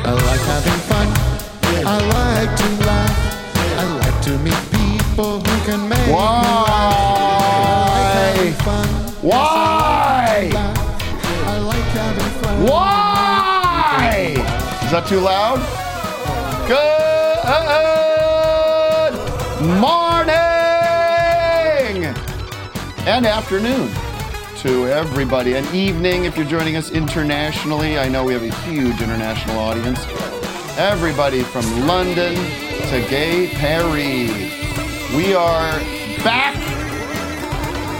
I like having fun. I like to laugh. I like to meet people who can make me laugh. I like having fun. Why? I like having fun. Why? Is that too loud? Good morning and afternoon to everybody, and evening if you're joining us internationally. I know we have a huge international audience. Everybody from London to Gay Perry. We are back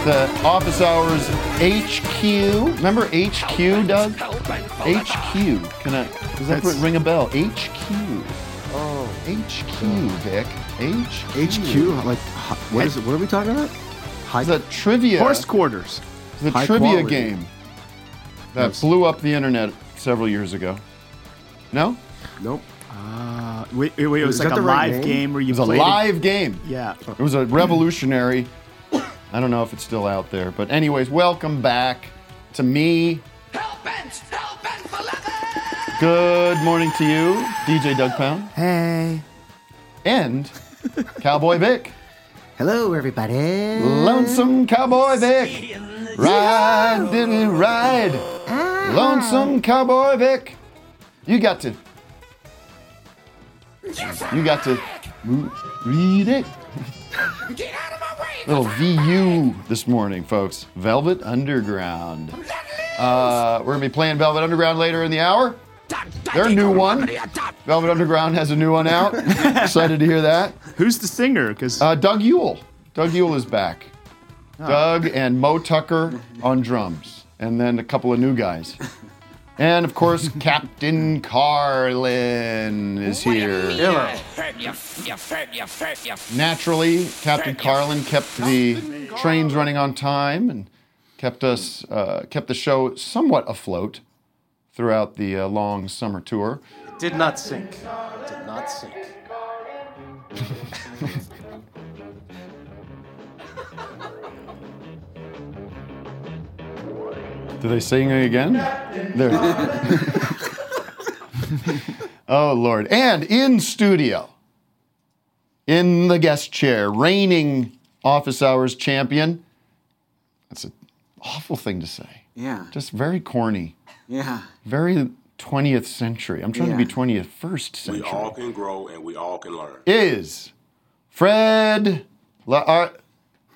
the office hours HQ. Remember HQ, Doug? HQ. Can I? Does that That's- ring a bell? HQ. Oh. HQ, Vic. HQ. HQ, like, h- what is it? What are we talking about? High It's a trivia. horse quarters. it's a high trivia quality. game that Yes. blew up the internet several years ago. No? Nope. Uh, Wait, wait, wait, it was Is like that a the live right name? game where you It was a played live game. Yeah. It was a revolutionary. I don't know if it's still out there, but anyways, welcome back to me. Good morning to you, DJ Doug Pound Hey. and Cowboy Vic. Hello, everybody. Lonesome Cowboy Vic. Ride, diddly ride. Ah. Lonesome Cowboy Vic. You got to. You got to mo- read it. Little VU this morning, folks. Velvet Underground. Uh, we're going to be playing Velvet Underground later in the hour. Their new one. Velvet Underground has a new one out. Excited to hear that. Who's the singer? Because Uh, Doug Yule. Doug Yule is back. Oh. Doug and Mo Tucker on drums, and then a couple of new guys. And of course, Captain Carlin is here. Naturally, Captain Carlin kept the trains running on time and kept us uh, kept the show somewhat afloat throughout the uh, long summer tour. Did not sink. Did not sink. Do they sing again? There. oh Lord! And in studio, in the guest chair, reigning office hours champion. That's an awful thing to say. Yeah. Just very corny, yeah. very 20th century. I'm trying to be Yeah. 21st century. We all can grow and we all can learn. Is Fred La, Ar,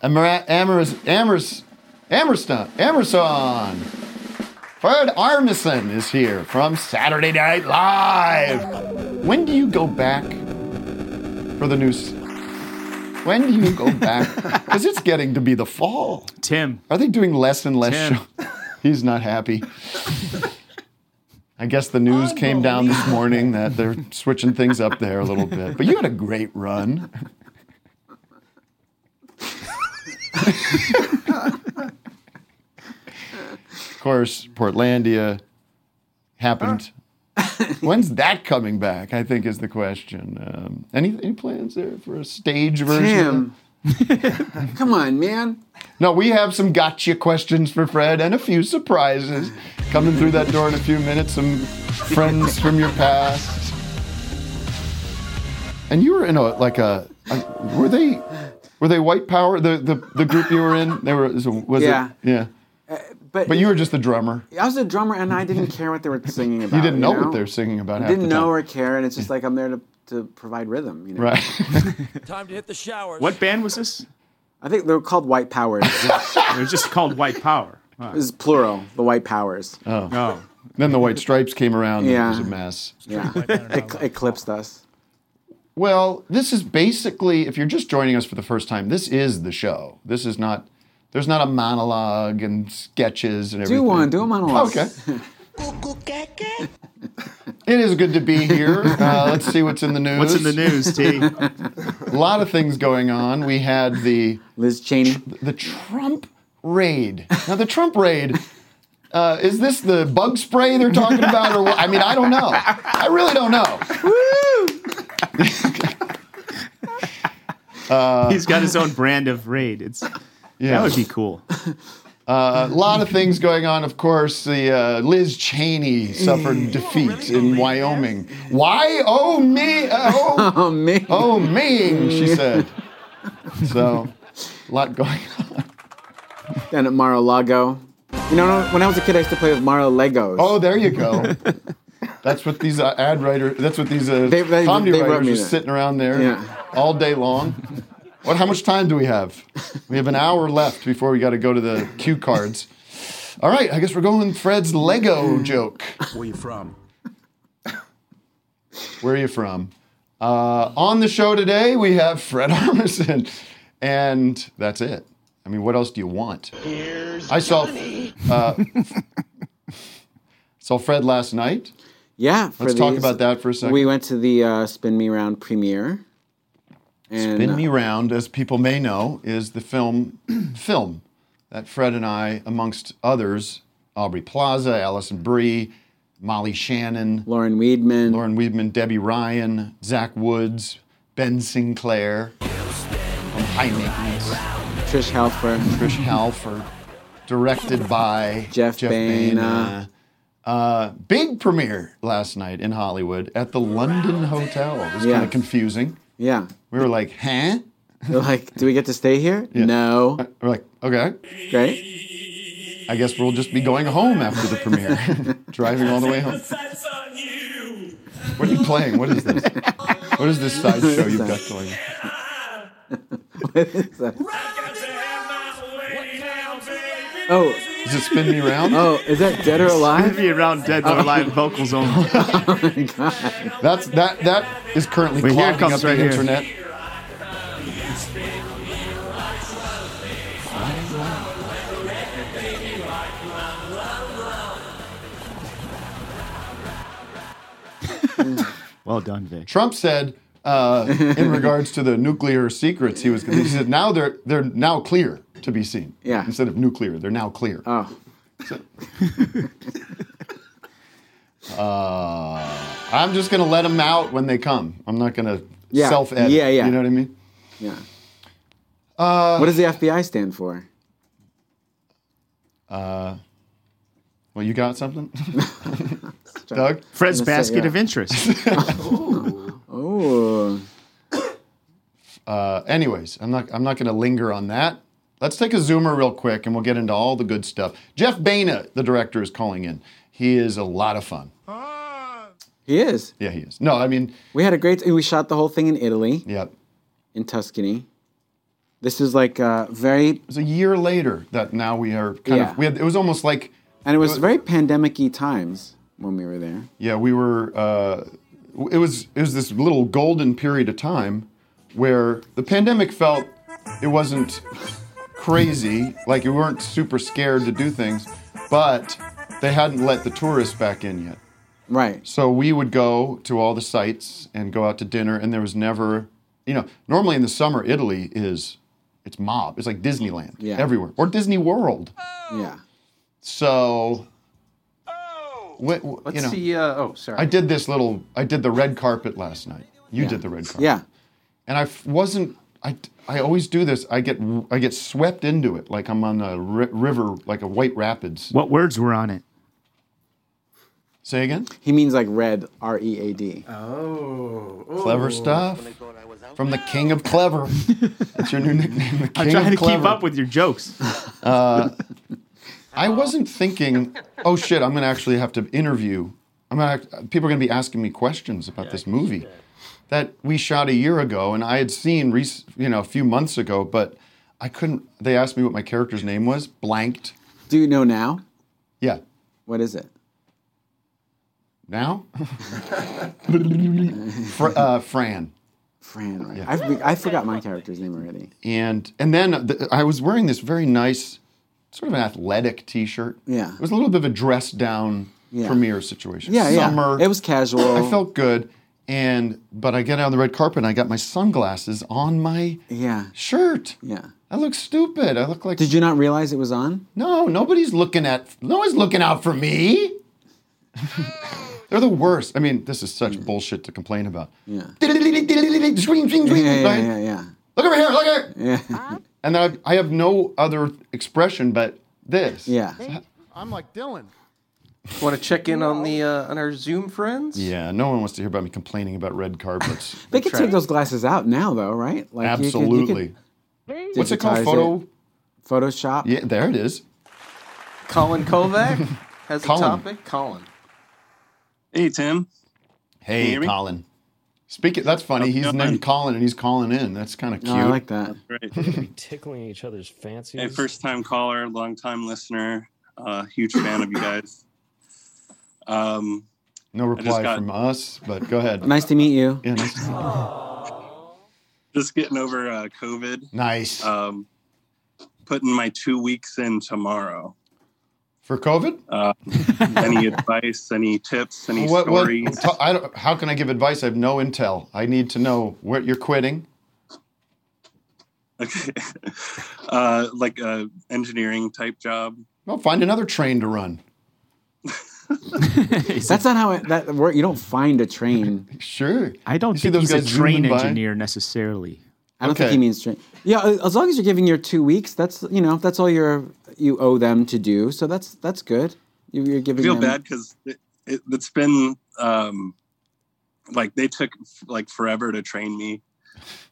Amara, Amaris, Amaris, Amerson, Amerson. Fred Armisen is here from Saturday Night Live. When do you go back for the news? When do you go back? Because it's getting to be the fall. Tim. Are they doing less and less Tim. show? He's not happy. I guess the news Oh, came down this morning that they're switching things up there a little bit. But you had a great run. of course, Portlandia happened. When's that coming back? I think is the question. Um, any, any plans there for a stage version? Tim. Come on, man. No, we have some gotcha questions for Fred and a few surprises coming through that door in a few minutes. Some friends from your past, and you were in a like a, a- were they were they white power the the, the group you were in they were was it Yeah. Uh, yeah But, But you were just the drummer. I was a drummer and I didn't care what they were singing about. You didn't know, you know? what they were singing about. I half the didn't know time. or care, and it's just like I'm there to, to provide rhythm. You know? Right. Time to hit the showers. What band was this? I think they're called White Powers. it They're just called White Power. Wow. was plural, the White Powers. Oh, then the White Stripes came around. Yeah. And it was a mess. yeah, it, eclipsed us. Well, this is basically, if you're just joining us for the first time, this is the show. This is not, there's not a monologue and sketches and Do everything. one, do a monologue. Okay. It is good to be here. Uh, let's see what's in the news. what's in the news, T? A lot of things going on. We had the Liz Cheney. the Trump raid. Now the Trump raid. Uh, is this the bug spray they're talking about, or what? I mean, I don't know. I really don't know. He's got his own brand of raid. It's Uh, Yeah. that would be cool. Uh, a lot of things going on. Of course, the uh, Liz Cheney Mm. suffered defeat in Wyoming. Why? Oh me! uh, oh, Oh man. oh me! Mm. She said. So, a lot going on. Down at Mar-a-Lago. You know, when I was a kid, I used to play with Mar-a-Legos. Oh, there you go. That's what these uh, ad writers. That's what these uh, They- they- comedy they wrote writers me are that. sitting around there Yeah. all day long. What? How much time do we have? We have an hour left before we got to go to the cue cards. All right, I guess we're going with Fred's Lego joke. Where you from? Where are you from? Uh, on the show today, we have Fred Armisen. And that's it. I mean, what else do you want? I saw, uh, saw Fred last night. yeah. for Let's talk these- about that for a second. We went to the uh, Spin Me Round premiere. And, uh, Spin Me Round, as people may know, is the film film that Fred and I, amongst others, Aubrey Plaza, Allison Brie, Molly Shannon, Lauren Weedman. Lauren Weidman, Debbie Ryan, Zach Woods, Ben Sinclair from High Maintenance. Trish Helfer. Trish Halford, directed by Jeff Baena. Uh, big premiere last night in Hollywood at the London Hotel. It was kind Yeah. of confusing. Yeah. We were like, huh? Uh, They're like, do we get to stay here? No. We're like, okay, Right? I guess we'll just be going home after the premiere, driving all the way home. What are you playing? What is this? What is this sideshow you've got going? on? oh, Does it spin me around? oh, is that Dead or It'd Alive? Oh. be around dead or alive vocals only. That's that. That is currently Wait, here it clogging comes up the right here. internet. Well done, Vic. Trump said uh, in regards to the nuclear secrets, he was he said now they're they're now clear to be seen. Yeah. Instead of nuclear, they're now clear. Oh, Uh, I'm just gonna let them out when they come. I'm not gonna Yeah. self-edit. Yeah, yeah. You know what I mean? Uh, yeah. what does the FBI stand for? Uh, Well, you got something, Doug? Fred's Gonna say, basket yeah. of interest. Oh, Uh, anyways, I'm not I'm not gonna linger on that. Let's take a zoomer real quick, and we'll get into all the good stuff. Jeff Baena, the director, is calling in. He is a lot of fun. he is. Yeah, he is. No, I mean, We had a great. We shot the whole thing in Italy, yeah. It in Tuscany. This is like uh, very, was a year later that now we are kind Yeah. of. We had, it was almost like and it was very pandemic-y times when we were there. Yeah, we were. Uh, it was it was this little golden period of time where the pandemic felt it wasn't crazy, like you weren't super scared to do things, but they hadn't let the tourists back in yet. Right. So we would go to all the sites and go out to dinner, and there was never, you know, normally in the summer Italy is it's mob, it's like Disneyland Yeah. everywhere or Disney World. Yeah. So. What, Let's you know, see. Uh, oh, sorry. I did this little. I did the red carpet last night. You did the red carpet. Yeah. And I f- wasn't. I, I always do this. I get I get swept into it like I'm on a ri- river, like a white rapids. What words were on it? Say again. He means like red, R E A D. Oh. Clever stuff from the king of clever. That's your new nickname. The king I'm trying of to clever. keep up with your jokes. Uh, I wasn't thinking, oh shit, I'm gonna actually have to interview. I'm gonna, act- people are gonna be asking me questions about this movie that we shot a year ago, and I had seen, rec- you know, a few months ago, but I couldn't. They asked me what my character's name was, blanked. Do you know now? Yeah. What is it? Now, Fr- uh, Fran. Fran, right? I've, be- I forgot my character's name already. and and then the, I was wearing this very nice, sort of an athletic T-shirt. Yeah. it was a little bit of a dress down Yeah. premiere situation. Yeah, yeah. summer. It was casual. I felt good, and but I get on the red carpet and I got my sunglasses on my Yeah, shirt. yeah. I look stupid. I look like Did you not realize it was on? no. Nobody's looking at. No one's looking out for me. They're the worst. I mean, this is such bullshit to complain about. Yeah. Yeah, yeah, yeah, Right? yeah. Look over here. Look over here. Yeah, and then I, I have no other expression but this. yeah. I'm like Dylan. Want to check in on the uh, on our Zoom friends? Yeah, no one wants to hear about me complaining about red carpets. They could take those glasses out now, though, right? Like you could- you could Absolutely. What's it digitize called? Photo? Photoshop. Yeah, there it is. Colin Kovac has Colin. a topic. Colin. Hey, Tim. you Hey, hear me? Colin. Speak it. That's funny. He's Okay. named Colin and he's calling in. That's kind of cute. No, I like that. Great. tickling each other's fancies. hey, first time caller, long time listener, uh, huge fan of you guys. Um, no just reply got- from us, but go ahead. Nice to meet you. Yeah, nice. just getting over uh, COVID. Nice. Um, putting my two weeks in tomorrow. For COVID? Um, any advice? Any tips? Any What, what, stories? ta- I don't, how can I give advice? I have no intel. I need to know what you're quitting. Okay. uh, like a engineering type job. Well, find another train to run. That's not how it, that work. You don't find a train. Sure. I don't You see think those he's a guys train zooming by? engineer necessarily. I don't think Okay. he means train. Yeah, a- as long as you're giving your two weeks, that's you know that's all you're you owe them to do. So that's that's good. You- You're I giving. feel them, bad because it, it, it's been um, like they took like forever to train me,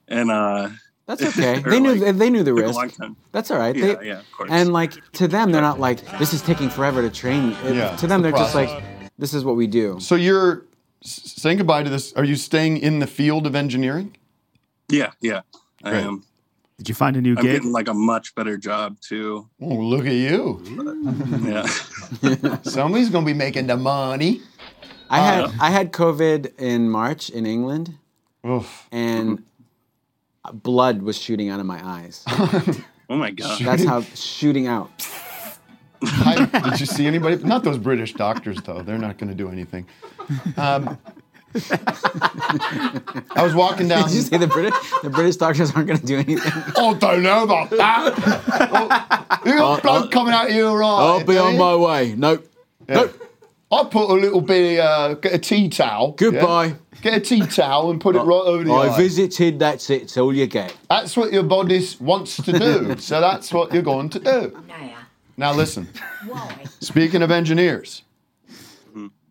and uh, That's okay. Or they knew like, they knew the took a risk. long time. That's all right. Yeah, They- yeah, of course. And like to them, they're not like this is taking forever to train. It- Yeah, to them, it's the they're just process. like this is what we do. So you're s- saying goodbye to this. Are you staying in the field of engineering? yeah, yeah, I Great. am. Did you find a new I'm gig? getting like a much better job too. Oh, look at you. Yeah, Somebody's going to be making the money. I had Uh. I had COVID in March in England, Oof. and blood was shooting out of my eyes. oh my god. That's how shooting out. Hi, did you see anybody? Not those British doctors, though. They're not going to do anything. Um, I was walking down. Did you say the British the British doctors aren't going to do anything? Oh, don't know about that. oh, you got blood coming out of your eye. I'll be on eh? my way. Nope. Nope. I put a little bit of uh, get a tea towel. yeah? Goodbye. Get a tea towel and put it right over the I eye. visited. That's it. It's all you get. That's what your body wants to do. so that's what you're going to do. Now listen. Speaking of engineers,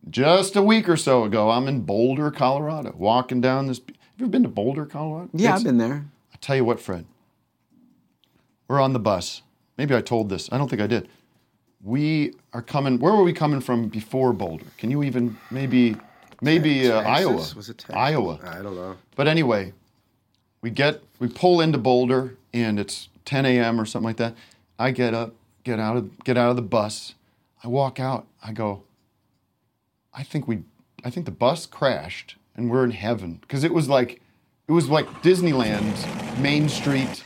just a week or so ago, I'm in Boulder, Colorado, walking down this. Have you ever been to Boulder, Colorado? Yeah, It's- I've been there. I tell you what, Fred. We're on the bus. Maybe I told this. I don't think I did. We are coming. Where were we coming from before Boulder? Can you even maybe maybe uh, Iowa? Texas? Was it Texas? Iowa? I don't know. But anyway, we get we pull into Boulder and it's 10 a.m. or something like that. I get up, get out of get out of the bus. I walk out. I go. I think we, I think the bus crashed and we're in heaven because it was like, it was like Disneyland's Main Street,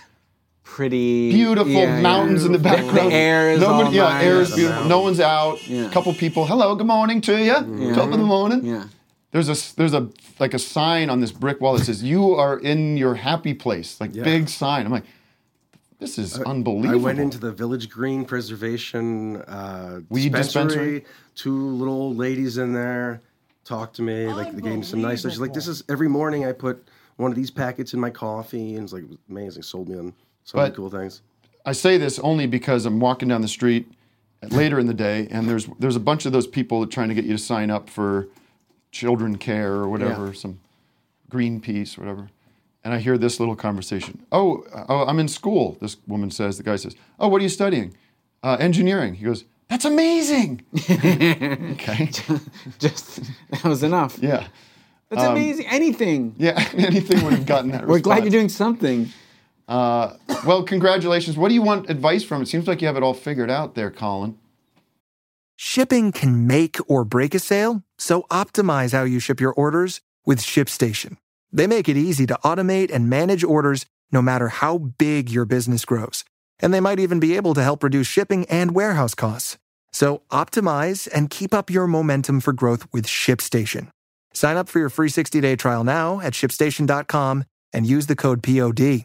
Pretty beautiful yeah, yeah. mountains in the background. air is no all one, yeah, air nice. is beautiful. No one's out. Yeah. A couple people. Hello, good morning to you. Top of the morning Yeah. there's a there's a like a sign on this brick wall that says you are in your happy place like big sign i'm like this is unbelievable I went into the Village Green Preservation uh, Weed dispensary? Two little old ladies in there talked to me. Like they gave me some nice. She's like, "This is every morning I put one of these packets in my coffee," and it's like amazing. Sold me on so many But- cool things. i say this only because i'm walking down the street later in the day and there's there's a bunch of those people that are trying to get you to sign up for children care or whatever some greenpeace or whatever and i hear this little conversation oh, oh i'm in school this woman says the guy says oh what are you studying uh, engineering he goes That's amazing. okay. Just that was enough. Yeah. That's Um, amazing. Anything. Yeah. Anything would have gotten that. We're glad response. you're doing something. Uh, well, congratulations. What do you want advice from? It seems like you have it all figured out there, Colin. Shipping can make or break a sale, so optimize how you ship your orders with ShipStation. They make it easy to automate and manage orders no matter how big your business grows. And they might even be able to help reduce shipping and warehouse costs. So optimize and keep up your momentum for growth with ShipStation. Sign up for your free 60-day trial now at shipstation.com and use the code POD.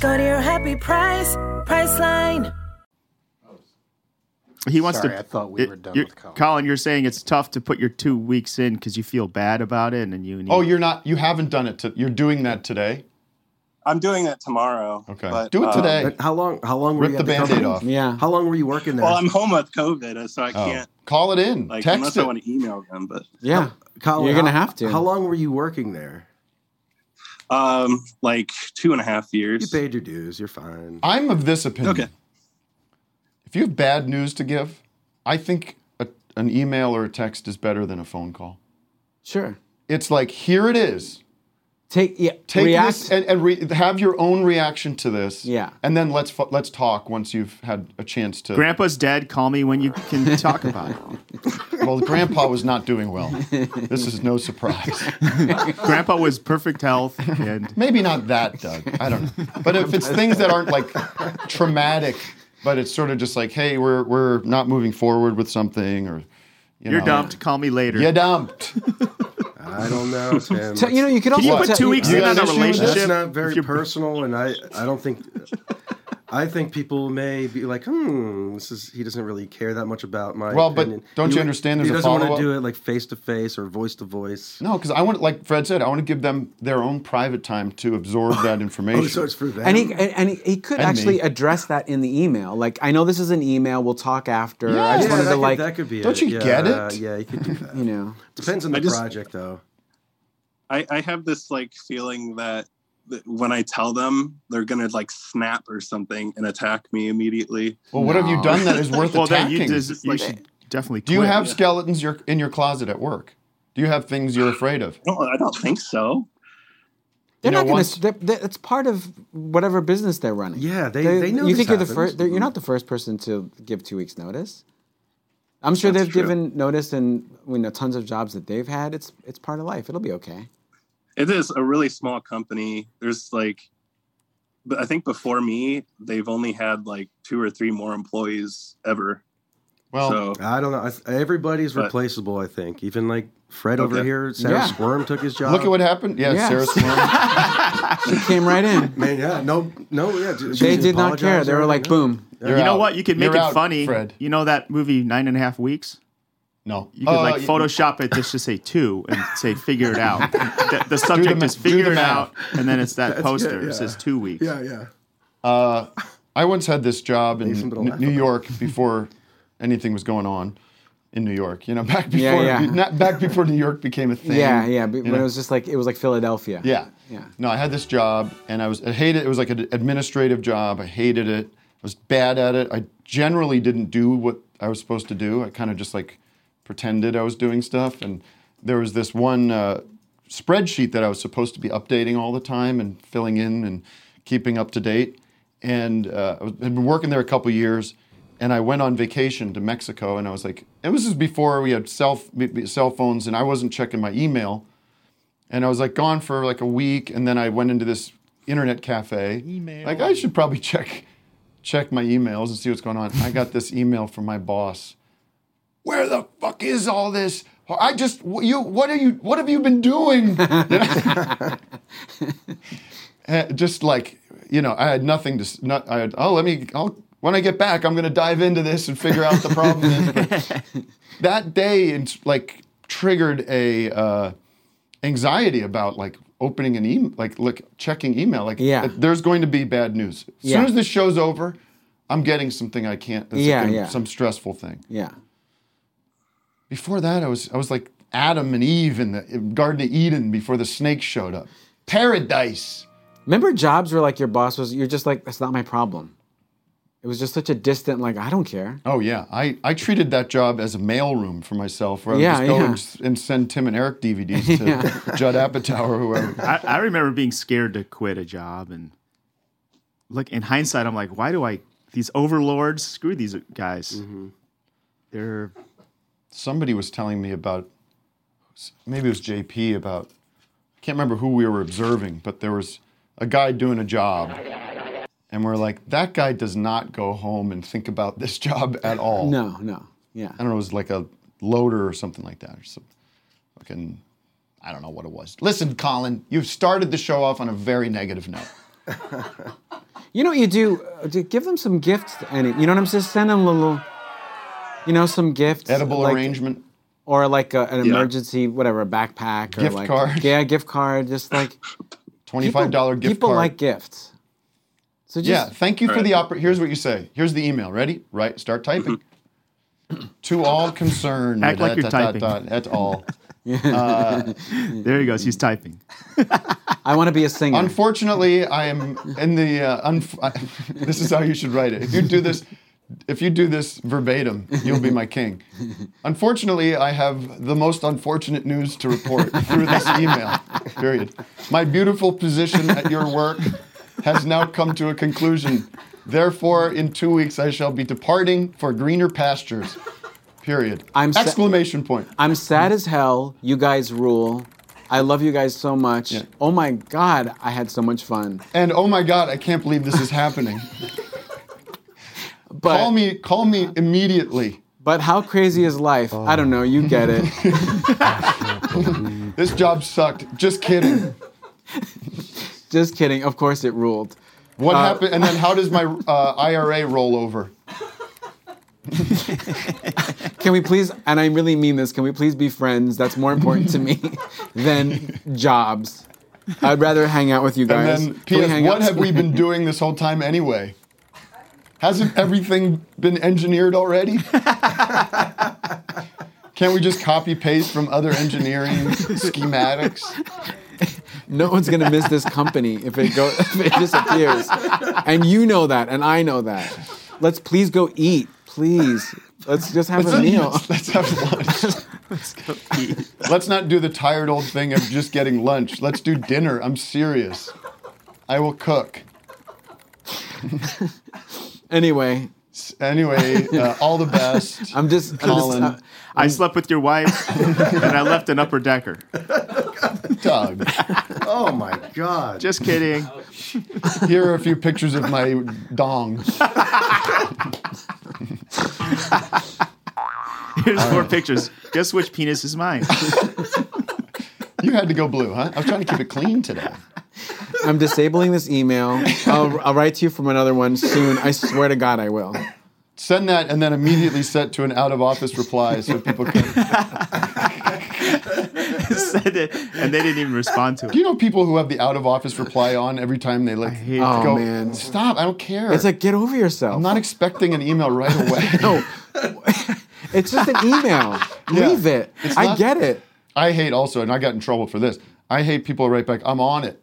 Go to your happy price, Priceline. He wants Sorry, to. I thought we it- were done you're- with Colin. you're saying it's tough to put your two weeks in because you feel bad about it, and then you. Need, Oh, you're not. You haven't done it. To, you're doing that today. I'm doing that tomorrow. Okay. but, Do it um, today. But how long? How long were Rip you the at Band-Aid company? off. Oh. Yeah. How long were you working there? Well, I'm home with COVID, so I can't. Call it in. Like, Text unless it. I want to email them, but Yeah. Colin, You're gonna how- have to. How long were you working there? um, like two and a half years. You paid your dues. You're fine. I'm of this opinion. Okay. If you have bad news to give, I think a, an email or a text is better than a phone call. Sure. It's like here it is. Take yeah. Take react. this and, and re- have your own reaction to this. Yeah. And then let's fu- let's talk once you've had a chance to. Grandpa's dead. Call me when you can talk about it. well, Grandpa was not doing well. This is no surprise. Grandpa was perfect health, and Maybe not that, Doug. I don't know. But if it's things that aren't like traumatic, but it's sort of just like, hey, we're we're not moving forward with something, or you you're know, dumped. Call me later. You dumped. I don't know, Tim. Tell- you know, you could Can you also put tell- two weeks You in got on a issues? That's relationship? not very personal, and I, I don't think, I think people may be like, hmm, this is he doesn't really care that much about my. Well, but opinion." don't He- you understand there's he a doesn't want follow-up? to do it like face to face or voice to voice. No, because I want, like Fred said, I want to give them their own private time to absorb that information. Oh, so it's for them. And he and, and he, he could And actually me. address that in the email. Like, I know this is an email. We'll talk after. I just Yeah, wanted that to could- like, that could be. Don't it. you yeah, get it? uh, yeah, you could do that. you know, Depends on I the just- project, though. I, I have this like feeling that, that when I tell them, they're gonna like snap or something and attack me immediately. well, what have you No. done that is worth well, then attacking? you, just, you Like- should definitely. do you quit. have skeletons your, in your closet at work? Do you have things you're afraid of? No, I don't think so. they're know, not going once- to. That's part of whatever business they're running. Yeah, they They- they know. You this think you're the happens. first? You're not the first person to give two weeks notice. I'm sure That's they've true. given notice in you know tons of jobs that they've had. It's it's part of life. It'll be okay. It is a really small company. There's like, but I think before me, they've only had like two or three more employees ever. Well, so I don't know. I, th- everybody's But- replaceable. I think even like Fred over Okay. here, Sarah Yeah. Squirm took his job. look at what happened. Yeah, Yeah. Sarah Sloan. She came right in. Man, yeah, no, no, yeah. d- she They did not care. apologized They were or like, anything. boom. You're you know out. what? You could make You're it out, funny. Fred. You know that movie Nine and a Half Weeks. No. Uh, You could like Photoshop it just to say two and say figure it out. the, the subject ma- is do the figure it math. out, and then it's that poster. yeah. It says two weeks. Yeah, yeah. Uh, I once had this job in Mason, but I'll N- laugh New about it. York before anything was going on in New York. You know, back before yeah. not back before New York became a thing. Yeah, yeah. But you when know? it was just like it was like Philadelphia. Yeah. Yeah. No, I had this job and I was I hated it. It was like an administrative job. I hated it. I was bad at it. I generally didn't do what I was supposed to do. I kind of just like pretended I was doing stuff. And there was this one uh, spreadsheet that I was supposed to be updating all the time and filling in and keeping up to date. And uh, I was, had been working there a couple years. And I went on vacation to Mexico, and I was like, and this is before we had cell, b- b- cell phones, and I wasn't checking my email and I was like gone for like a week, and then I went into this internet cafe. Email. Like I should probably check check my emails and see what's going on. I got this email from my boss. Where the fuck is all this? I just wh- you. What are you? What have you been doing? Eh, just like you know, I had nothing to. s- Not, I had, oh, let me. I'll when I get back, I'm going to dive into this and figure out the problem. is. that day, it's like triggered a uh, anxiety about like opening an email, like look checking email. Like, Yeah. there's going to be bad news as Yeah. soon as this show's over. I'm getting something I can't. that's Yeah, gonna- yeah. Some stressful thing. Yeah. Before that, I was I was like Adam and Eve in the Garden of Eden before the snake showed up. Paradise. Remember jobs where like your boss was, you're just like, that's not my problem. It was just such a distant, like, I don't care. Oh yeah, I, I treated that job as a mailroom for myself, where I would Yeah, just go yeah. and, s- and send Tim and Eric DVDs to Yeah. Judd Apatow or whoever. I, I remember being scared to quit a job, and look in hindsight, I'm like, why do I? These overlords, screw these guys. Mm-hmm. They're Somebody was telling me about, maybe it was JP about, I can't remember who we were observing, but there was a guy doing a job, and we're like, that guy does not go home and think about this job at all. No, no. Yeah. I don't know, it was like a loader or something like that, or some fucking, I don't know what it was. Listen, Colin, you've started the show off on a very negative note. You know what you do? Uh, do- Give them some gifts. And you know what I'm saying? Send them a little, you know, some gifts. Edible arrangement. Or like a, an Yeah. emergency, whatever, a backpack. Or Gift like, card. Yeah, gift card. Just like Twenty-five dollar gift people card. like gifts. So just, yeah, thank you for the oppor- Here's what you say. Here's the email. Ready? Right. Start typing. to all concerned. Act like you're dot, dot, typing. dot, At all. Uh, Uh, there he goes. He's typing. I want to be a singer. Unfortunately, I am in the. Uh, unf- I, this is how you should write it. If you do this, if you do this verbatim, you'll be my king. Unfortunately, I have the most unfortunate news to report through this email. Period. My beautiful position at your work has now come to a conclusion. Therefore, in two weeks, I shall be departing for greener pastures. Period. I'm sa- exclamation point. I'm sad as hell. You guys rule. I love you guys so much. Oh my God, I had so much fun. And oh my God, I can't believe this is happening. call me, call me immediately. But how crazy is life? I don't know. You get it. this job sucked. Just kidding. Just kidding. Of course, it ruled. What Uh, happened? And then how does my uh, IRA roll over? Can we please, and I really mean this, can we please be friends? That's more important to me than jobs. I'd rather hang out with you And guys. then, Can we P.S. hang What out have we sometime? been doing this whole time anyway? Hasn't everything been engineered already? Can't we just copy paste from other engineering schematics? No one's gonna miss this company if it go if it disappears. And you know that, and I know that. Let's please go eat, please. Let's just have Let's a eat. meal. Let's have lunch. Let's go eat. Let's not do the tired old thing of just getting lunch. Let's do dinner. I'm serious. I will cook. Anyway. Anyway, uh, all the best. I'm just uh, Colin. I, slept with your wife, and I left an upper decker. Doug. Oh my God. Just kidding. Here are a few pictures of my dong. Here's more pictures. Guess which penis is mine? You had to go blue, huh? I was trying to keep it clean today. I'm disabling this email. I'll, I'll write to you from another one soon. I swear to God, I will. Send that and then immediately set to an out of office reply so people can. Said it, and they didn't even respond to it. Do you know people who have the out of office reply on every time they like Oh, go, man. stop, I don't care. It's like get over yourself. I'm not expecting an email right away. no. It's just an email. Leave it. I get it. I hate also, and I got in trouble for this. I hate people who write back, I'm on it.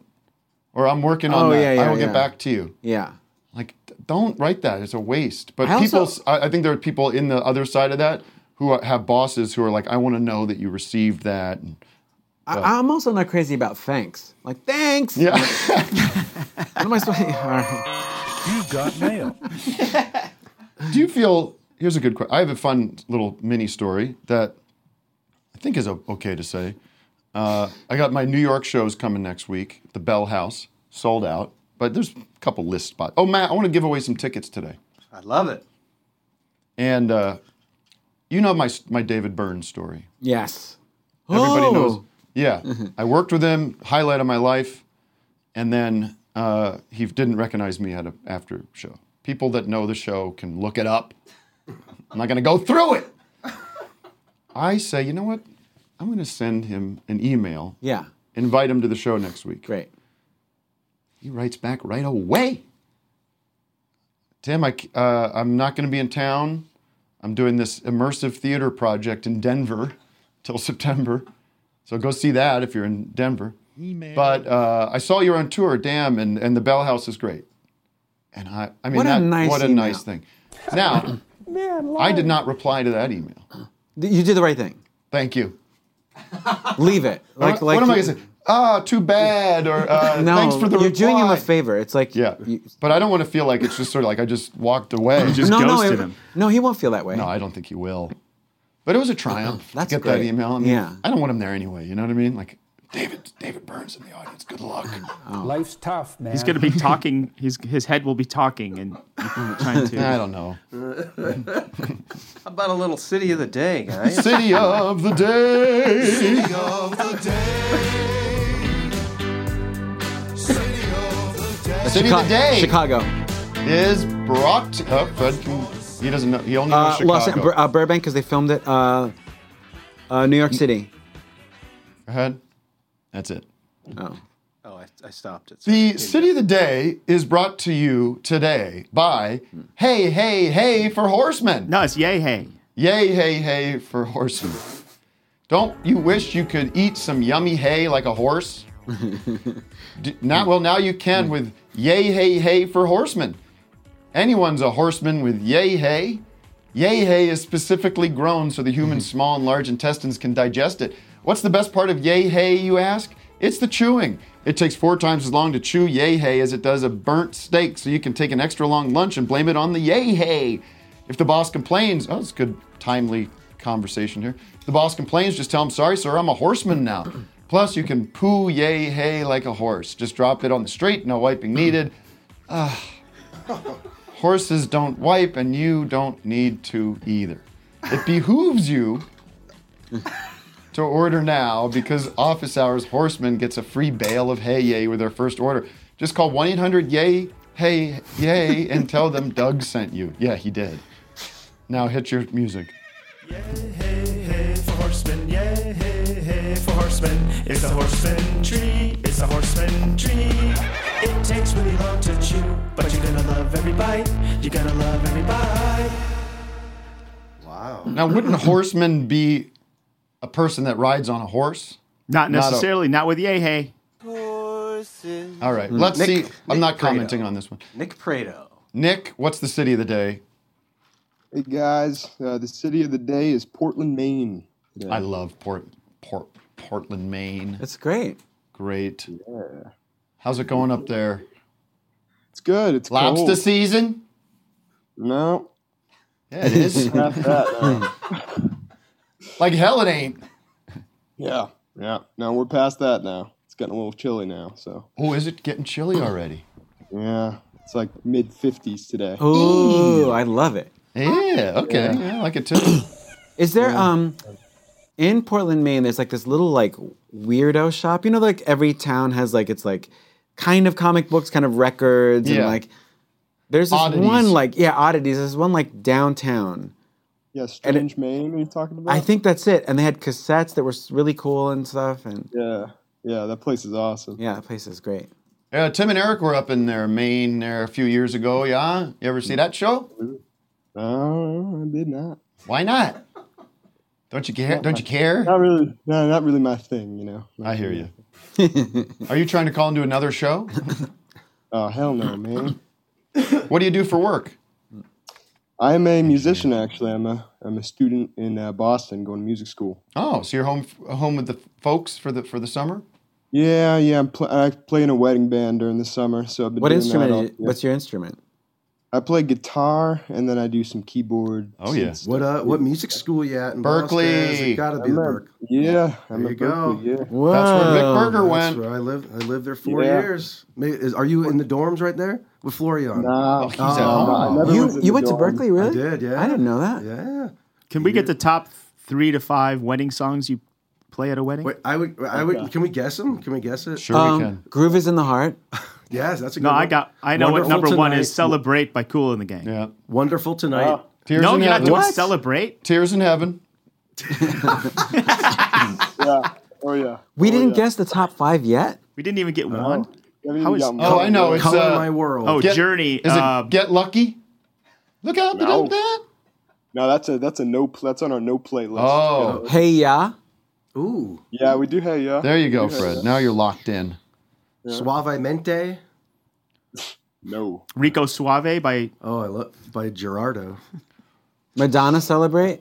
Or I'm working on Oh, that. yeah, yeah, I will yeah. get back to you. Yeah. Like, d- don't write that. It's a waste. But I also- people, s- I, I think there are people in the other side of that who are, have bosses who are like, I want to know that you received that. And, I, I'm also not crazy about thanks. Like thanks. Yeah. what am I supposed? All right. You got mail. Do you feel? Here's a good question. I have a fun little mini story that I think is o- okay to say. Uh, I got my New York shows coming next week. The Bell House sold out, but there's a couple list spots. Oh, Matt, I want to give away some tickets today. I love it. And uh, you know my s- my David Byrne story. Yes. Everybody Oh. knows. Yeah, I worked with him, highlight of my life, and then uh, he didn't recognize me at a after show. people that know the show can look it up. I'm not going to go through it. I say, you know what? I'm going to send him an email. Yeah. Invite him to the show next week. Great. He writes back right away. Tim, I, c- uh, I'm not going to be in town. I'm doing this immersive theater project in Denver till September. So go see that if you're in Denver. Email. But uh, I saw you're on tour, damn, and, and the Bell House is great. And I, I mean, What a that- nice what a email. nice thing. Now, Man, I did not reply to that email. You did the right thing. Thank you. Leave it. Like, what, like am I going to say? Ah, too bad, or uh, No, thanks for the you're reply. doing him a favor. It's like yeah, but I don't want to feel like it's just sort of like I just walked away, no, no, it- No, he won't feel that way. No, I don't think he will. But it was a triumph. That's to get that great. email. I mean, Yeah. I don't want him there anyway. You know what I mean? Like David, David Burns in the audience. Good luck. Oh. Life's tough, man. He's going to be talking. His his head will be talking and trying to. I don't know. How about a little city of the day, guys? City of the day. City of the The city of the Chica- day Chicago. is brought up. Fred can, he doesn't know. He only knows Uh, Chicago. Los Bur- uh, Burbank because they filmed it. Uh, uh, New York City. Go ahead. That's it. Oh. Oh, I, I stopped it. The city of the day is brought to you today by Hey Hey Hey for Horsemen. No, it's Yay Hey. Yay Hey Hey for Horsemen. Don't you wish you could eat some yummy hay like a horse? D- now, well, now you can with Yay Hey Hey for Horsemen. Anyone's a horseman with Yay Hay. Yay Hay is specifically grown so the human small and large intestines can digest it. What's the best part of Yay Hay, you ask? It's the chewing. It takes four times as long to chew Yay Hay as it does a burnt steak, so you can take an extra long lunch and blame it on the Yay Hay. If the boss complains, oh, it's good, timely conversation here. If the boss complains, just tell him, sorry, sir, I'm a horseman now. Plus, you can poo yay hay like a horse. Just drop it on the street, no wiping needed. Ah, horses don't wipe, and you don't need to either. It behooves you to order now because office hours horseman gets a free bale of hay yay with their first order. Just call 1 800 yay hey yay and tell them Doug sent you. Yeah, he did. Now hit your music. Hey, for horsemen, yeah, hey, hey, for horsemen. It's a horseman tree, it's a horseman tree. It takes really long to chew, but you're gonna love every bite, you're gonna love every bite. Wow. Now, wouldn't horseman be a person that rides on a horse? Not Not a- necessarily. Not, with Yay Hey. All right, Mm. let's Nick- see. I'm Nick not Prado. commenting on this one. Nick Prado. Nick, what's the city of the day? Hey guys, uh, the city of the day is Portland, Maine. I love Port, Port Portland, Maine. It's great. Great. How's it going up there? It's good. It's Lobster cold. season? No. Yeah, it is. Not that, no. like hell, it ain't. Yeah, yeah. No, we're past that now. It's getting a little chilly now. So. Oh, is it getting chilly already? Yeah, it's like mid fifties today. Ooh, I love it. Yeah. okay. Yeah, I like it too. Is there um in Portland, Maine? There's like this little like weirdo shop. You know, like every town has like it's like kind of comic books, kind of records, and Yeah. like there's this Oddities. one like yeah oddities. There's one like downtown. Yeah, strange Maine. Are you talking about? I think that's it. And they had cassettes that were s- really cool and stuff. And Yeah, yeah. That place is awesome. Yeah, that place is great. Uh, Tim and Eric were up in there, Maine, there a few years ago. Yeah, you ever see that show? No, I did not. Why not? Don't you care? Don't you care? Not really. No, not really my thing. You know. I hear you. Are you trying to call into another show? Oh hell no, man. What do you do for work? I'm a musician, actually. I'm a I'm a student in uh, Boston, going to music school. Oh, so you're home home with the folks for the for the summer? Yeah, yeah. I'm pl- I play in a wedding band during the summer, so I've been. What doing instrument? That all, is- What's your instrument? I play guitar and then I do some keyboard. Oh, yeah. What, uh, what music school you at in Boston? It's gotta be I'm the at- Berkeley. Yeah, I'm There at you go. Berkeley, yeah. That's where I lived. I lived there four Yeah. years. May- is- are you in the dorms right there with Florian? Oh, Nah, Oh, he's at Oh, home. I never was You, in you the went to dorm. Berkeley, really? I did, yeah. I didn't know that. Yeah. Can we get the top three to five wedding songs you play at a wedding? Um, Wait, I would. I would. Can we guess them? Can we guess it? Groove is in the heart. Yes, that's a good No, I one. got. I know Wonderful what number one Tonight. is. Celebrate by Cool and the Gang. Yeah. Wonderful tonight. Oh, Tears No, in you're not Heaven. doing celebrate. Tears in heaven. yeah. Oh yeah. We didn't guess the top five yet. We didn't even get Uh-huh. one. even How is? got one. Oh, I know, it's, Color uh, My World. Oh, Get- Journey. is it uh, Get lucky. Look out No. below that. No, that's a that's a no. pl- That's on our no play list. Oh. Hey ya. Ooh. Yeah, we do. Hey yeah. There you go, We do Hey Ya. Fred. Now you're locked in. Suavemente. No. Rico Suave by Oh, I love by Gerardo. Madonna celebrate.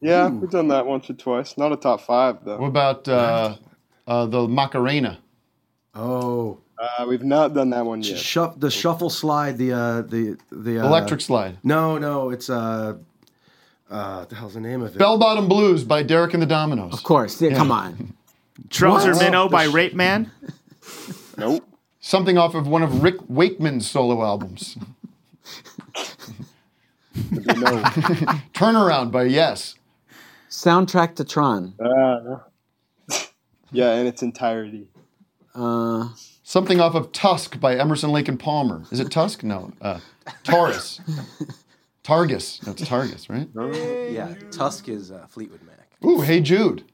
Yeah, we've done that once or twice. Not a top five though. What about uh, uh, the Macarena? Oh. Uh, we've not done that one yet. Shuff, the shuffle slide, the uh, the the uh, Electric slide. No, no, it's uh, uh, what the hell's the name of it? Bell Bottom Blues by Derek and the Dominoes. Of course. Yeah, come on. Trouser Minnow by Rape Man. Nope. Something off of one of Rick Wakeman's solo albums. Turnaround by Yes. Soundtrack to Tron. Uh, no. yeah, in its entirety. Uh, Something off of Tusk by Emerson, Lake and Palmer. Is it Tusk? No. Uh, Taurus. Targus. That's Targus, right? Yeah, Tusk is uh, Fleetwood Mac. Ooh, Hey Jude.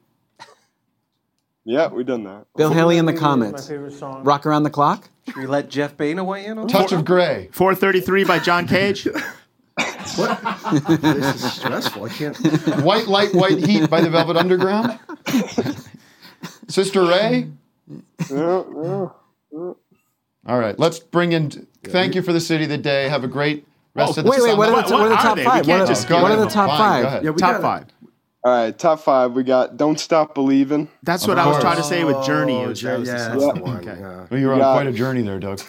Yeah, we've done that. Bill Haley and the Comets. Rock around the clock. Should we let Jeff Baina weigh in on Touch of Gray. 433 by John Cage. this is stressful. I can't. White Light, White Heat by the Velvet Underground. Sister Ray. Yeah, yeah, Oh, yeah. All right, let's bring in. Thank you for the city of the day. Have a great rest Oh, of the wait, wait, summer. what are the What- top- what are the what are top they? We five? can't What are- just go what are the Fine, top go five? ahead. Yeah, we Top gotta- five. All right, top five. We got "Don't Stop Believing." That's what I was trying to say with Journey. Oh, It was, that was the yeah, second that's one. the one. Okay. yeah. Well, you're Uh, on Yeah. quite a journey there, Doug.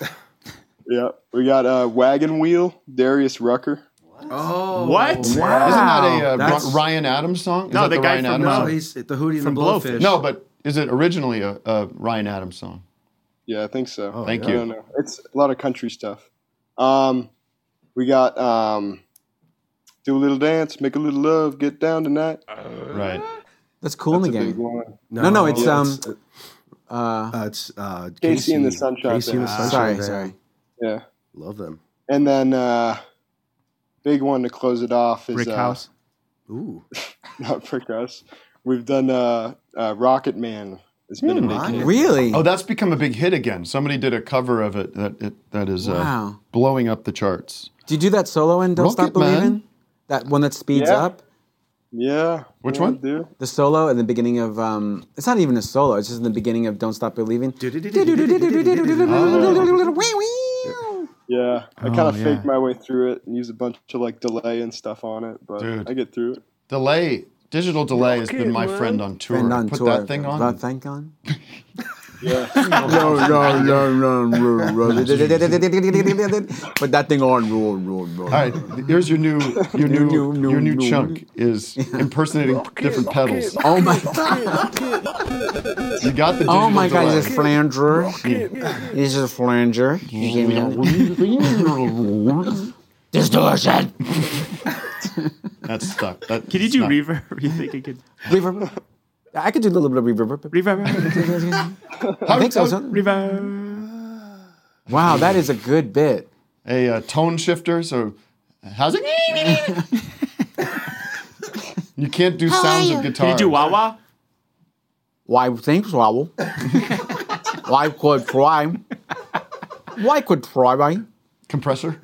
Yeah, we got uh, "Wagon Wheel." Darius Rucker. Oh, What? Isn't that a uh, That's- Ri- Ryan Adams song? Is No, that the guy Ryan from, Adams uh, No, song? he's the Hootie and the From Blowfish. Blowfish. No, but is it originally a, a Ryan Adams song? Yeah, I think so. Oh, Thank I don't you. know. It's a lot of country stuff. Um, we got um, "Do a Little Dance," "Make a Little Love," "Get Down Tonight." Uh, Right. That's cool That's in the a big game. one. No, no, it's Yeah, um. it's- Uh, Uh, it's uh, Casey and the Sunshine Casey and the Band. Sunshine. sorry, Band. sorry. Yeah, Love them. and then uh, big one to close it off is Brick uh, House. Ooh, not Brick House. We've done uh, uh, Rocket Man. It's been Hmm, a big hit. Really? Oh, that's become a big hit again. Somebody did a cover of it that it, that is uh, Wow. blowing up the charts. Do you do that solo in "Don't Stop Rocket Man. Believing"? That one that speeds Yeah. up. Yeah. Which yeah, one? Dude. The solo in the beginning of um, it's not even a solo. It's just in the beginning of "Don't Stop Believing." Yeah. I Oh, kind of yeah. faked my way through it and used a bunch of like delay and stuff on it, but Dude. I get through it. Delay, digital delay has been my friend on tour. Friend on Put tour. that thing on. That thing on. Yeah. No, no, no, no, no, no. Put that thing on. Roll, roll, roll. All right, here's your new your new New, new, your new new. chunk is impersonating different pedals. Oh my! You got the digital Oh my God! delay. He's a flanger. He's a flanger. Distortion. That's stuck. That, Can you it's do not- reverb? You think it could Reverb. I could do a little bit of reverb. reverb? I think so. so- Reverb. Wow, that is a good bit. a uh, tone shifter? So how's it? you can't do sounds of guitar. Can you do wah wah? Why thanks, Wobble? Why could try? Why could try? Right? Compressor,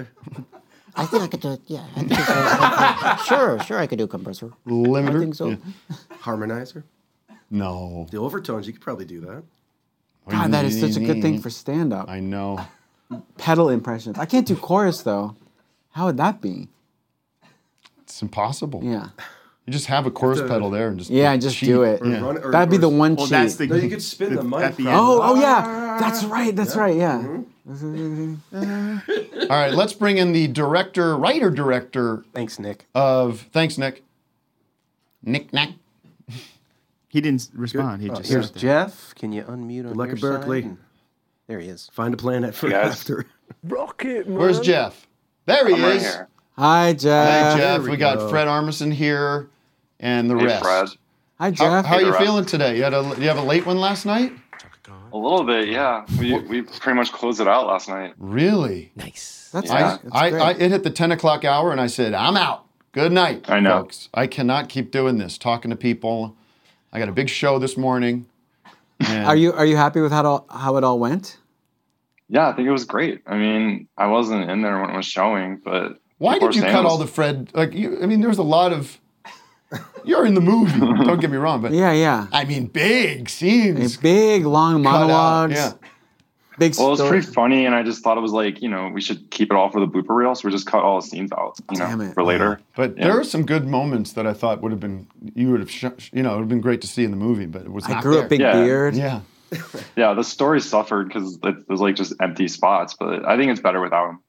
I think I could do it. Yeah. I think I could- sure, sure, I could do compressor. limiter. I think so. Yeah. harmonizer. No. The overtones. You could probably do that. God, that is such a good thing for stand up. I know. Pedal impressions. I can't do chorus though. How would that be? It's impossible. Yeah. You just have a chorus pedal there and just Yeah, just cheat. do it. Or run- or- That'd be the or- one Well, cheat. that's the. No, you could spin the mic. at the from- end. oh, oh yeah. That's right. That's right. Yeah. Mm-hmm. All right, let's bring in the director, writer director Thanks, Nick. of Thanks Nick. Nick Nack. He didn't respond. He just. Oh, Here's sat there. Jeff. Can you unmute on luck your at Berkeley. side? And- There he is. Find a planet for after. Rocket man. Where's Jeff? There he is. Hi Hey Jeff. Jeff, we we got go. Fred Armisen here and the Hey, rest. Fred. Hi How, Jeff. how are you Interrupt. feeling today? You had a you have a late one last night? A little bit, yeah. We we pretty much closed it out last night. Really? Nice. That's I, I, I, it hit the 10 o'clock hour and I said, I'm out. Good night. I know. Folks. I cannot keep doing this, talking to people. I got a big show this morning. and- Are you are you happy with how it all, how it all went? Yeah, I think it was great. I mean, I wasn't in there when it was showing, but Why people did you were saying cut it was- all the Fred? Like, you, I mean, there's a lot of. You're in the movie. Don't get me wrong, but yeah, yeah. I mean, big scenes, big long out, monologues. yeah. Big Well, it was story. pretty funny, and I just thought it was like you know we should keep it all for the blooper reel, so we just cut all the scenes out, you know, for later. But Yeah. there are some good moments that I thought would have been you would have sh- you know it would have been great to see in the movie, but it was. I not grew a there. big Yeah. beard. Yeah, yeah, the story suffered because it was like just empty spots, but I think it's better without him.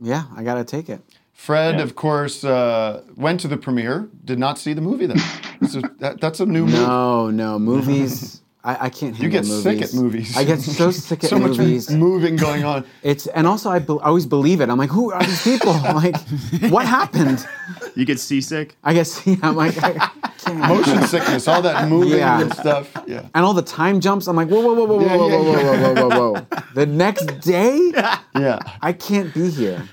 Yeah, I gotta take it. Fred, Yeah. of course, uh, went to the premiere. Did not see the movie though. This is- that- that's a new movie. No, no movies. I, I can't You handle get movies. sick at movies. I get so sick at So much movies. moving going on. It's and also I, be, I always believe it. I'm like, who are these people? I'm like, what happened? You get seasick. I guess yeah, I'm like, I can't. Motion sickness, all that moving Yeah. and stuff. Yeah. and all the time jumps. I'm like, whoa, whoa, whoa, whoa, Yeah, whoa, yeah, whoa, whoa, yeah. whoa, whoa, whoa, whoa. The next day, yeah, I can't be here.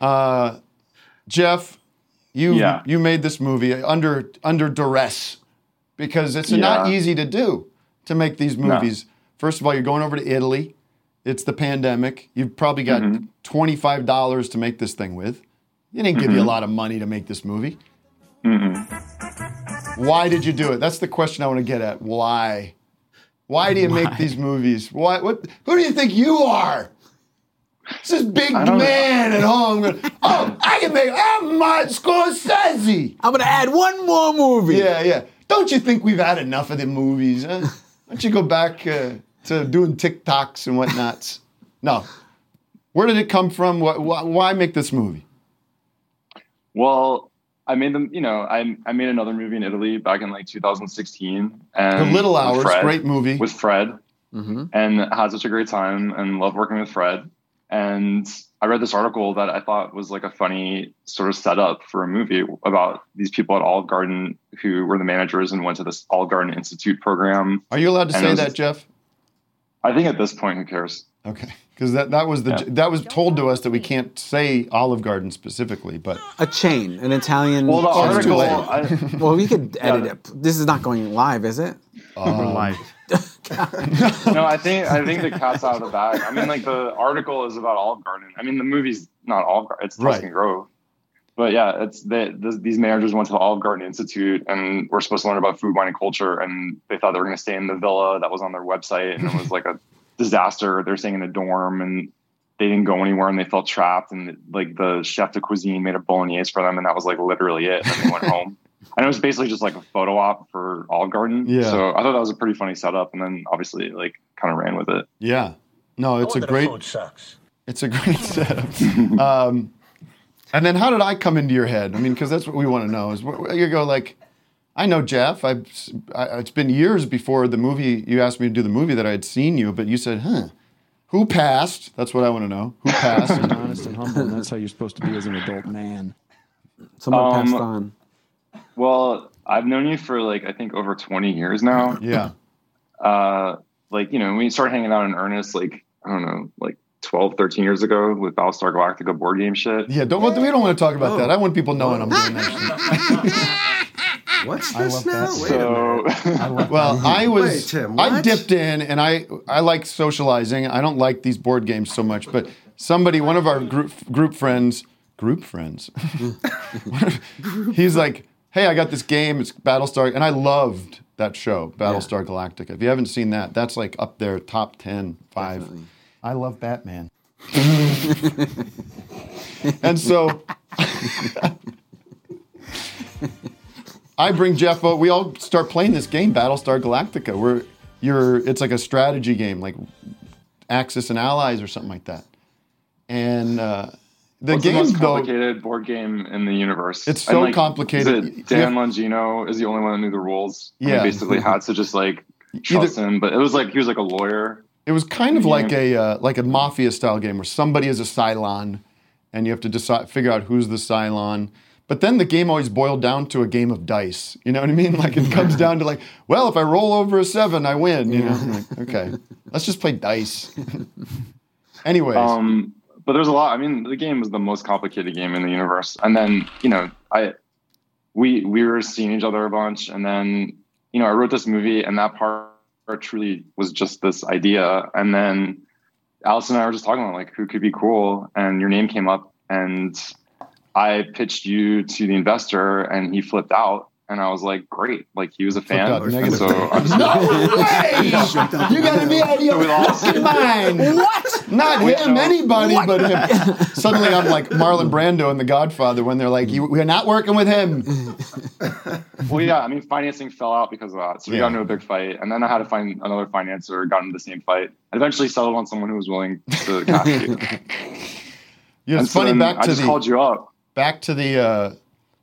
Uh, Jeff, you Yeah. you made this movie under under duress because it's Yeah. not easy to do to make these No. movies. First of all, you're going over to Italy. It's the pandemic. You've probably got Mhm. five dollars to make this thing with. They didn't give you a Mhm. lot of money to make this movie. Mm-mm. Why did you do it? That's the question I want to get at. Why? Why do you make these movies? Why? What? Who do you think you are? This is big I don't know. man at home. going, Oh, I can make. I'm Martin Scorsese. I'm gonna add one more movie. Yeah, yeah. Don't you think we've had enough of the movies? Huh? Why don't you go back uh, to doing TikToks and whatnots? No. Where did it come from? Why, why, why make this movie? Well, I made them. You know, I I made another movie in Italy back in like 2016, and The Little with Hours, Fred- great movie. with Fred. Mm-hmm. and had such a great time and loved working with Fred. And I read this article that I thought was like a funny sort of setup for a movie about these people at Olive Garden who were the managers and went to this Olive Garden Institute program. Are you allowed to And it say was- that, Jeff? I think at this point, who cares? Okay, because that, that was the Yeah. that was told to us that we can't say Olive Garden specifically, but A chain, an Italian. Well, the chain. article, I, well, we could edit it. This is not going live, is it? Um, no, I think I think the cat's out of the bag. I mean, like the article is about Olive Garden. I mean, the movie's not Olive Garden; it's Tuscan Grove. But yeah, it's the, the, these managers went to the Olive Garden Institute and were supposed to learn about food, wine, and culture. And they thought they were going to stay in the villa that was on their website, and it was like a disaster. They're staying in a dorm, and they didn't go anywhere, and they felt trapped. And like the chef de cuisine made a bolognese for them, and that was like literally it. And they went home. And it was basically just like a photo op for Olive Garden. Yeah. So I thought that was a pretty funny setup, and then obviously like kind of ran with it. yeah, no, it's a wonder if great. phone sucks. It's a great setup. um, and then how did I come into your head? I mean, because that's what we want to know. Is wh- wh- you go like, I know Jeff. I've s- I- it's been years before the movie. You asked me to do the movie that I had seen you, but you said, huh. Who passed? That's what I want to know. Who passed? Honest and humble, and that's how you're supposed to be as an adult man. Someone Um, passed on. Well, I've known you for like I think over 20 years now. yeah. Uh, like you know, we started hanging out in earnest like I don't know, like 12, 13 years ago with Battlestar Galactica board game shit. Yeah, don't want, we don't want to talk about that. Oh. I want people knowing I'm doing that. shit. What's I love this now? that. Wait a minute. well, I was Wait, Tim, I what? dipped in and I I like socializing. I don't like these board games so much, but somebody, one of our group group friends, group friends. he's like, "Hey, I got this game. It's Battlestar." And I loved that show, Battlestar Galactica. If you haven't seen that, that's like up there top 10, 5. I love Batman. and so I bring Jeff. Well, we all start playing this game, Battlestar Galactica. Where you're, it's like a strategy game, like Axis and Allies or something like that. And uh, the What's game, the most though, complicated board game in the universe. It's And, so like, complicated. is it Dan Longino is the only one that knew the rules. and they Yeah. basically had to just like trust him. But it was like he was like a lawyer. It was kind of like a uh, like a mafia style game where somebody is a Cylon, and you have to decide figure out who's the Cylon. But then the game always boiled down to a game of dice. You know what I mean? Like it comes down to like, well, if I roll over a seven, I win. You know? I'm like, okay, let's just play dice. Anyways, Um, but there's a lot. I mean, the game was the most complicated game in the universe. And then you know, I we we were seeing each other a bunch, and then you know, I wrote this movie, and that part truly was just this idea. And then Allison and I were just talking about like who could be cool, and your name came up, and I pitched you to the investor, and he flipped out. And I was like, great. Like, he was a fan. out And negative. so I'm just No way! You gotta be out of your So we lost. fucking mind. What? Not Wait, him, no. anybody What? but him. Suddenly I'm like Marlon Brando in The Godfather when they're like, you, we're not working with him. well, yeah, I mean, financing fell out because of that. So we Yeah. got into a big fight. And then I had to find another financer, got into the same fight, and eventually settled on someone who was willing to cash you. Yeah, And it's so funny. then Back I to just the called you up. Back to the uh,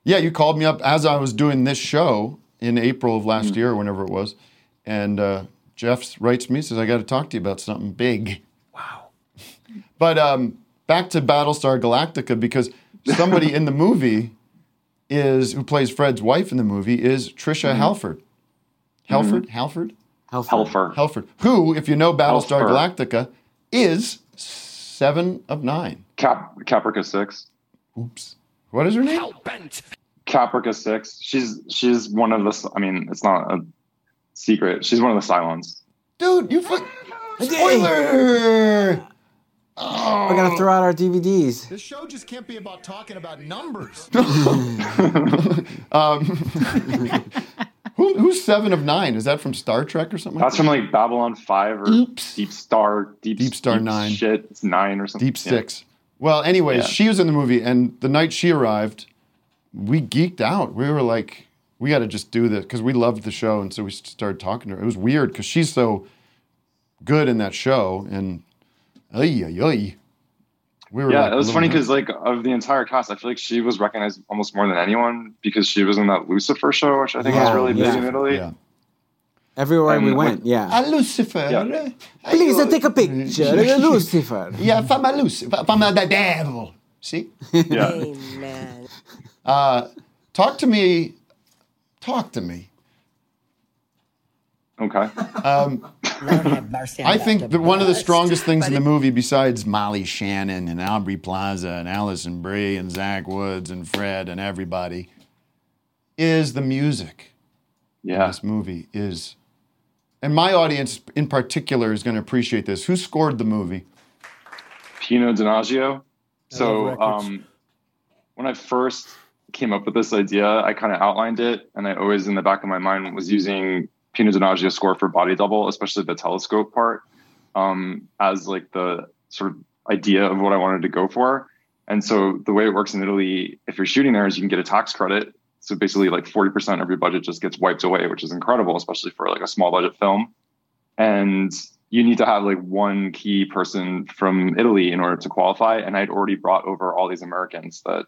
yeah, you called me up as I was doing this show in April of last year or whenever it was, and uh, Jeff writes me says I got to talk to you about something big. Wow. But um, back to Battlestar Galactica because somebody in the movie is who plays Fred's wife in the movie is Trisha Halford. Halford, Halford, Helfer. Halford. Who, if you know Battlestar Halford. Galactica, is seven of nine. Cap, Caprica 6. Oops. What is her name? Caprica 6. She's she's one of the, Cy- I mean, it's not a secret. She's one of the Cylons. Dude, you fuck. Spoiler! We're gonna throw out our DVDs. This show just can't be about talking about numbers. Um, Who, who's seven of nine? Is that from Star Trek or something? That's from like Babylon 5 or Deep Star, Deep, Deep Star 9. Shit, it's 9 or something. Deep Yeah. Six. Well, anyways, Yeah. she was in the movie, and the night she arrived, we geeked out. We were like, we got to just do this because we loved the show, and so we started talking to her. It was weird because she's so good in that show, and ay ay ay. We yeah, like, it a was little funny nervous. because like of the entire cast, I feel like she was recognized almost more than anyone because she was in that Lucifer show, which I think was Yeah, really yeah. big in Italy. Everywhere And we when- went, yeah. A Lucifer. Mm. Yeah. Please uh, take a picture Uh, of the Lucifer. Yeah, from a Lucifer, from the devil. See? Yeah. Amen. Uh, talk to me. Talk to me. Okay. Um, I think that one of the strongest things in the movie, besides Molly Shannon and Aubrey Plaza and Allison Brie and Zach Woods and Fred and everybody, is the music. Yeah. This movie is. And my audience in particular is going to appreciate this. Who scored the movie? Pino Donaggio. love So records. um, when I first came up with this idea, I kind of outlined it, and I always in the back of my mind was using Pino Donaggio's score for Body Double, especially the telescope part, um, as like the sort of idea of what I wanted to go for. And so the way it works in Italy, if you're shooting there, is you can get a tax credit. So basically, like 40% of your budget just gets wiped away, which is incredible, especially for like a small budget film and you need to have like one key person from Italy in order to qualify. And I'd already brought over all these Americans that,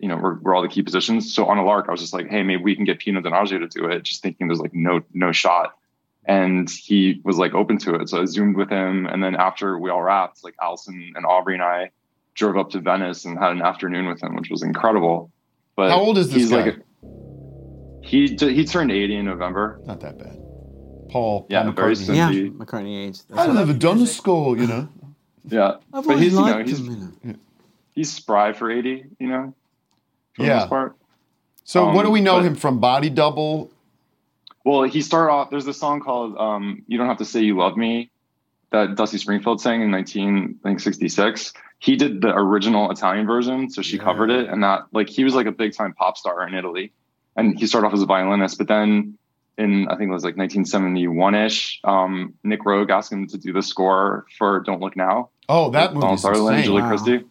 you know, were, were all the key positions. So on a lark, I was just like, hey, maybe we can get Pino Donaggio to do it, just thinking there's like no no shot. And he was like open to it. So I zoomed with him. And then after we all wrapped, like Allison and Aubrey and I drove up to Venice and had an afternoon with him, which was incredible. But How old is this he's guy? like he he turned 80 in November. Not that bad. Paul. Yeah, Paul very McCartney. soon. Yeah, Cindy. McCartney age. I never done a score, you know. Yeah, I've but always he's you know liked he's him. he's spry for eighty. You know, for the Yeah. most part. So Um, what do we know but- him from? Body Double. Well, he started off. There's this song called um, "You Don't Have to Say You Love Me" that Dusty Springfield sang in 1966. He did the original Italian version, so she covered it, and that like he was like a big time pop star in Italy, and he started off as a violinist, but then. In I think it was like 1971 ish, um, Nick Rogue asked him to do the score for "Don't Look Now," Oh, that movie. Donald Sutherland, insane. Julie Christie.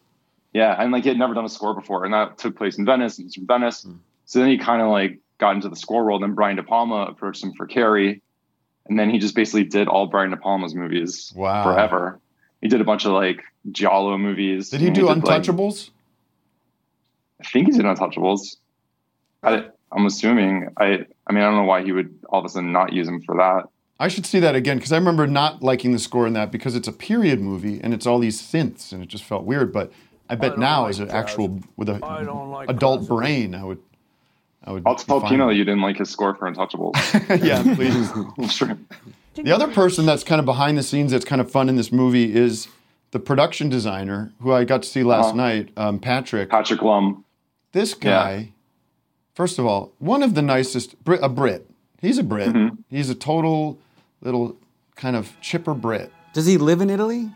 Yeah, and like he had never done a score before, and that took place in Venice, and he's from Venice. Hmm. So then he kind of like got into the score world. Then Brian De Palma approached him for Carrie, and then he just basically did all Brian De Palma's movies Wow. forever. He did a bunch of like Giallo movies. Did he and do like- Untouchables? I think he did Untouchables. I, I'm assuming. I I mean I don't know why he would all of a sudden not use him for that. I should see that again because I remember not liking the score in that because it's a period movie and it's all these synths and it just felt weird. But I bet now, as an actual with an adult brain, I would. I would. I'll tell be fine Pino with that you didn't like his score for Untouchables. yeah, please. The other person that's kind of behind the scenes that's kind of fun in this movie is the production designer who I got to see last Uh-huh. night, um, Patrick. Patrick Lum. This guy, first of all, one of the nicest, Brit, a Brit. He's a Brit. Mm-hmm. He's a total little kind of chipper Brit. Does he live in Italy?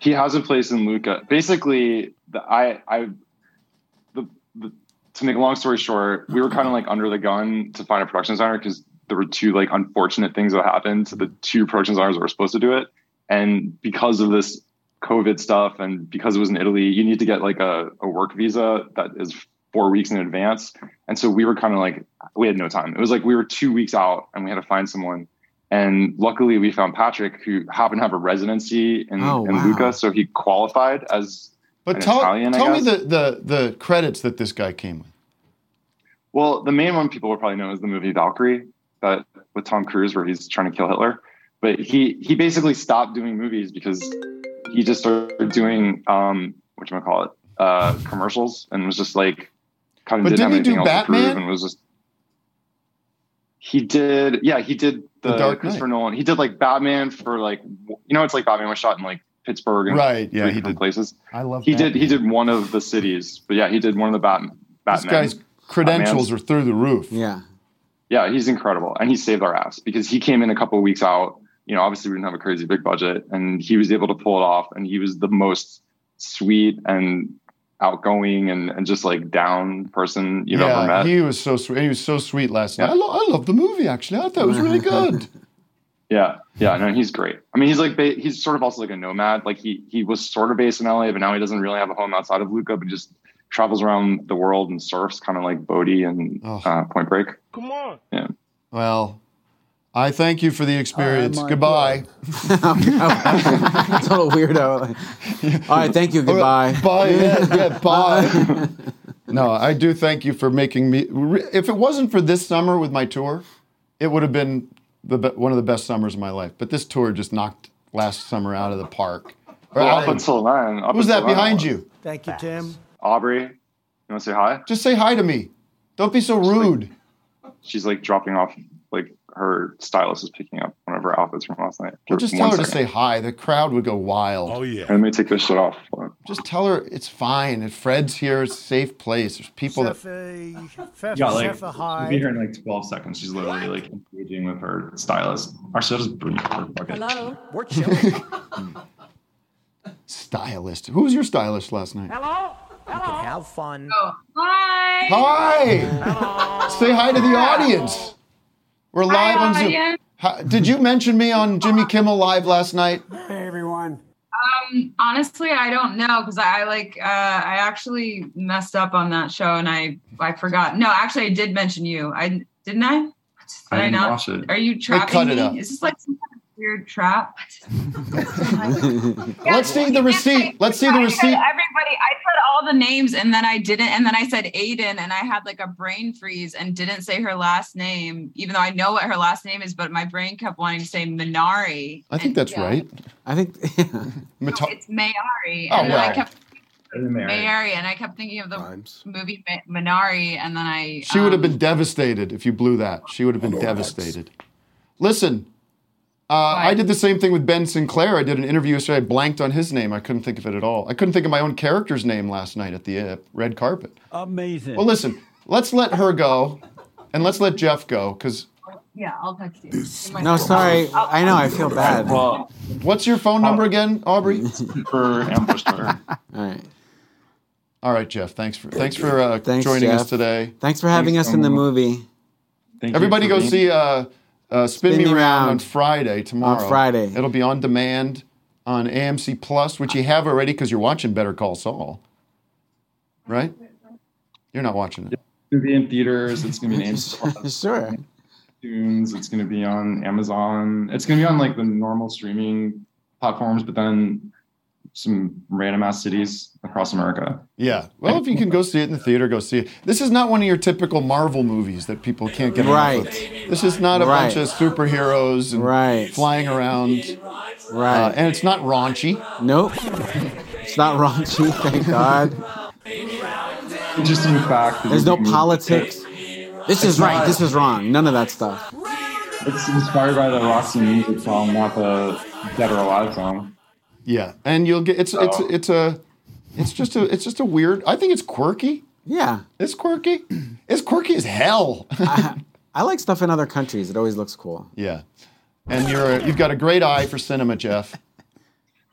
He has a place in Lucca. Basically, the, I, I, the, the, to make a long story short, we were kind of like under the gun to find a production designer because there were two like unfortunate things that happened to the two production designers that were supposed to do it, and because of this COVID stuff and because it was in Italy, you need to get like a, a work visa that is four weeks in advance, and so we were kind of like we had no time. It was like we were two weeks out and we had to find someone. And luckily, we found Patrick, who happened to have a residency in, Oh, in wow. Lucca, so he qualified as But an tell, Italian. I tell me guess. the, the, the credits that this guy came with. Well, the main one people will probably know is the movie Valkyrie, that with Tom Cruise, where he's trying to kill Hitler. But he he basically stopped doing movies because he just started doing um what you call it uh, commercials and was just like kind of But didn't, didn't he have anything do else to prove Batman? and was just he did yeah he did the, The Dark Christopher Nolan he did like Batman for like w- you know it's like Batman was shot in like Pittsburgh and Right, yeah, three he different places I love he did he did one of the cities but yeah he did one of the Batman This guy's credentials are through the roof. Yeah. yeah, he's incredible, and he saved our ass because he came in a couple of weeks out. You know, obviously we didn't have a crazy big budget, and he was able to pull it off. And he was the most sweet and outgoing and, and just like down person you've yeah, ever met. he was so sweet. He was so sweet last night. Yeah. I, lo- I love the movie actually. I thought it was really good. yeah, yeah, no, he's great. I mean, he's like ba- he's sort of also like a nomad. Like he he was sort of based in LA, but now he doesn't really have a home outside of Luca, but just travels around the world and surfs, kind of like Bodie and Oh. uh, Point Break. Come on. Well, I thank you for the experience. Goodbye. Total weirdo. All right, thank you. Goodbye. Bye. Yeah, yeah, bye. no, I do thank you for making me. re- If it wasn't for this summer with my tour, it would have been the be- one of the best summers of my life. But this tour just knocked last summer out of the park. Or Well, out up of- until then, up Who's that until then, behind you? Thank you, Tim. Aubrey, you want to say hi? Just say hi to me. Don't be so rude. She's like dropping off, like her stylist is picking up one of her outfits from last night. Well, Give just her tell one her to say second. hi. The crowd would go wild. Oh yeah. Let me take this shit off. Just tell her it's fine. If Fred's here, it's a safe place. There's people that Yeah, Pfeffer, like Pfeffer, we'll hi. be here in like 12 seconds. She's literally like engaging with her stylist. Our show's Hello. We're chilling. stylist. Who was your stylist last night? Hello. Hello. You can have fun. Hi. Hi. Say hi to the audience. We're live on Zoom. audience. Hi- did you mention me on Jimmy Kimmel Live last night? Hey everyone. Um, honestly, I don't know because I like uh, I actually messed up on that show and I I forgot. No, actually, I did mention you. I didn't I? Did I didn't not? watch it. Are you They trapping cut it me? out. Is this like some kind of weird trap? Let's see the receipt. Let's see the I said receipt. everybody. I said all the names and then I didn't. And then I said Aiden and I had like a brain freeze and didn't say her last name, even though I know what her last name is. But my brain kept wanting to say Minari. I think that's right. I think. It's Mayari. Oh, and then I wow. kept Mayari and I kept thinking of the movie Ma- Minari. And then I. um, She would have been devastated if you blew that. She would have been devastated. Listen, uh, I did the same thing with Ben Sinclair. I did an interview yesterday. I blanked on his name. I couldn't think of it at all. I couldn't think of my own character's name last night at the uh, red carpet. Amazing. Well, listen, let's let her go and let's let Jeff go because Yeah, I'll text you. No, Oh, sorry. I know. I feel bad. Well, what's your phone number again, Aubrey? For ambushed her. All right. All right, Jeff. Thanks for thanks for uh, Thanks, joining us Jeff. today. Thanks for having us in the movie. Everybody, go see uh, uh, Spin, Me Round on Round. Friday tomorrow. Friday. it'll be on demand on AMC Plus, which you have already because you're watching Better Call Saul, right? You're not watching it. It's gonna be in theaters. It's gonna be in Amazon. sure. Tunes. It's gonna be on Amazon. It's gonna be on like the normal streaming platforms, but then some random ass cities across America. Yeah. Well, if you can go see it in the theater, go see it. This is not one of your typical Marvel movies that people can't get Right. enough of. This is not a bunch Right. of superheroes and Right. flying around. Right. Uh, and it's not raunchy. Nope. It's not raunchy, thank God. Interesting fact. There's no politics. This is right. This is wrong. None of that stuff. It's inspired by the Roxy Music song, not the Dead or Alive song. Yeah, and you'll get it's it's it's a it's just a it's just a weird. I think it's quirky. Yeah, it's quirky. It's quirky as hell. I, I like stuff in other countries. It always looks cool. Yeah, and you're a- you've got a great eye for cinema, Jeff.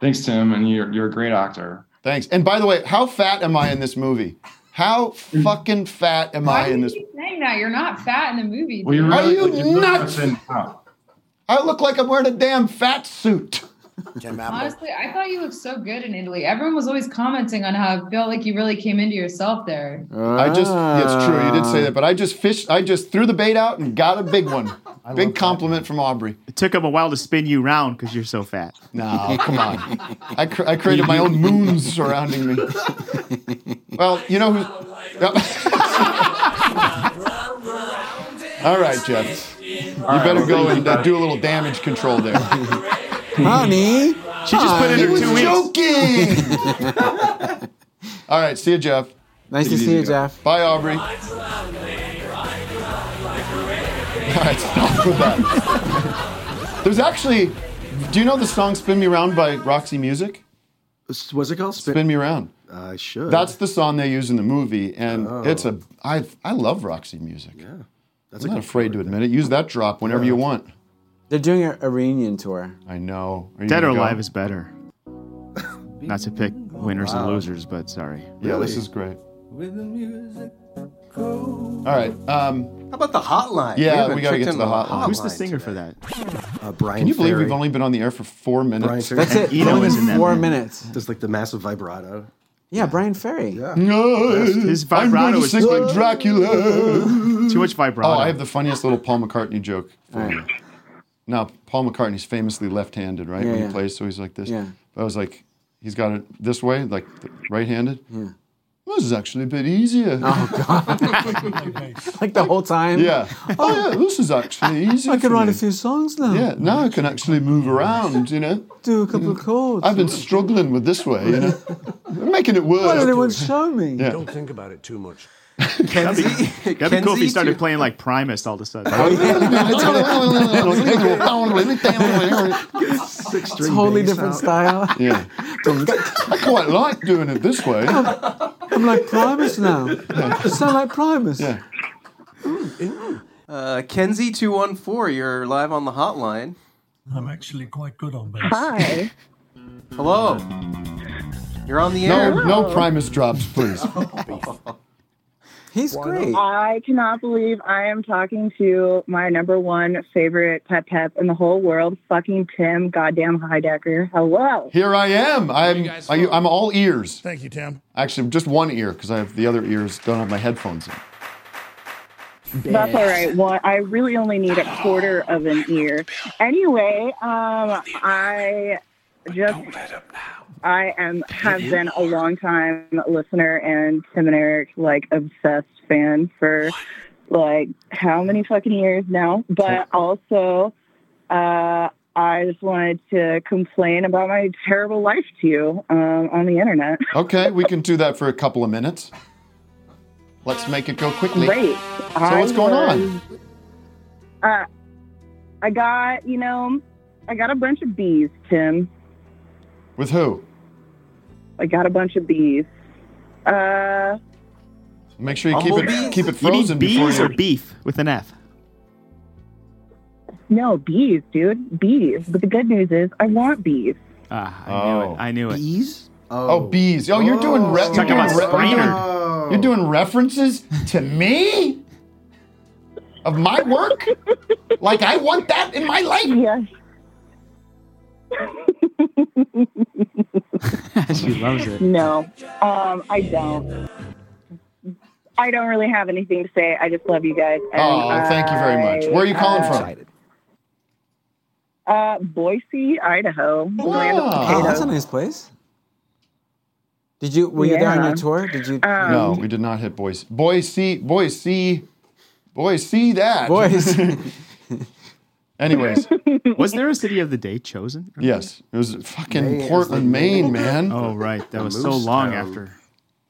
Thanks, Tim, and you're you're a great actor. Thanks. And by the way, how fat am I in this movie? How fucking fat am I in this? saying that you're not fat in the movie. Are you nuts? I look like I'm wearing a damn fat suit. Honestly, I thought you looked so good in Italy. Everyone was always commenting on how it felt like you really came into yourself there. I just, it's true. You did say that, but I just fished, I just threw the bait out and got a big one. big compliment from Aubrey. It took him a while to spin you round because you're so fat. No, come on. I, cr- I created my own moons surrounding me. Well, you know who. All right, Jeff. You All right, better well, go thank and you, uh, guys. do a little damage control there. Honey. She just put in He her was two weeks. joking. All right, see you, Jeff. Nice to Take it see easy, you, guys. Jeff. Bye, Aubrey. All right, stop with that. There's actually, do you know the song "Spin Me Round" by Roxy Music? What's it called? Spin, Me Round. I should. That's the song they use in the movie, and Oh. it's a. I I love Roxy Music. Yeah, That's I'm a not good afraid to admit it. Use that drop whenever Yeah. you want. They're doing a Iranian tour. I know. Are you Dead or gonna go? Alive is better. Not to pick winners and Wow. losers, but sorry. Yeah, this is great. All right. Um, How about the hotline? Yeah, haven't we gotta get clicked to the into hotline. Who's the singer for that? Uh, Brian. Can you believe Ferry. we've only been on the air for four minutes? Ferry. That's it. Eno Only is in that four band. minutes. Just like the massive vibrato. Yeah, Brian Ferry. No, His I'm going vibrato to is sing like Dracula. Too much vibrato. Oh, I have the funniest little Paul McCartney joke. for you. Now, Paul McCartney's famously left-handed, right? Yeah, when yeah. he plays, so he's like this. Yeah. I was like, he's got it this way, like th- right-handed. This is actually a bit easier. Oh, Like the whole time. Yeah. Oh yeah, this is actually easier. I could for write me. a few songs now. Yeah. Now I can actually move around. You know. Do a couple of chords. I've been struggling with this way. You know. I'm making it work. Why did anyone show me? Yeah. Don't think about it too much. That'd be, that'd be cool if he Kenzie, started too. playing like Primus all of a sudden. Oh, Totally different style. Yeah. I quite like doing it this way. I'm like Primus now. I sound like Primus. Yeah. Uh, Kenzie two one four, you're live on the hotline. I'm actually quite good on Hi. Hello. You're on the air. No, no Primus drops, please. He's great. I cannot believe I am talking to my number one favorite pet pep in the whole world, fucking Tim Goddamn Heidecker. Hello. Here I am. I'm are you, I'm all ears. Thank you, Tim. Actually, just one ear because I have the other ears. Don't have my headphones in. That's all right. Well, I really only need a quarter of an ear. Anyway, um, I just I am have been a long time listener and Tim and Eric like obsessed fan for like how many fucking years now. But also, uh, I just wanted to complain about my terrible life to you um, on the internet. Okay, we can do that for a couple of minutes. Let's make it go quickly. Great. So what's going on? Uh, I got, you know, I got a bunch of bees, Tim. With who? I got a bunch of bees. Uh, Make sure you keep it Bumblebees? keep it You mean frozen before bees you. or beef with an F? no, bees, dude. Bees. But the good news is I want bees. Ah, I knew it. I knew it. Bees? Oh, bees. Oh, you're doing re- you're Talking doing, about re- you're, doing, Oh. you're doing references to me of my work. like I want that in my life. Yes. she loves it. No, um, I don't. I don't really have anything to say. I just love you guys. and Oh, thank you very much. I- Where are you calling uh, from? Uh, Boise, Idaho. Land of Oh, that's a potatoes. nice place. Did you? Were you there on Yeah. your tour? Did you? Um, No, we did not hit Boise. Boise, Boise, Boise, that. Boise. Anyways, was there a city of the day chosen? Yes, it was fucking Portland, Maine, man. Oh right, that was so long after.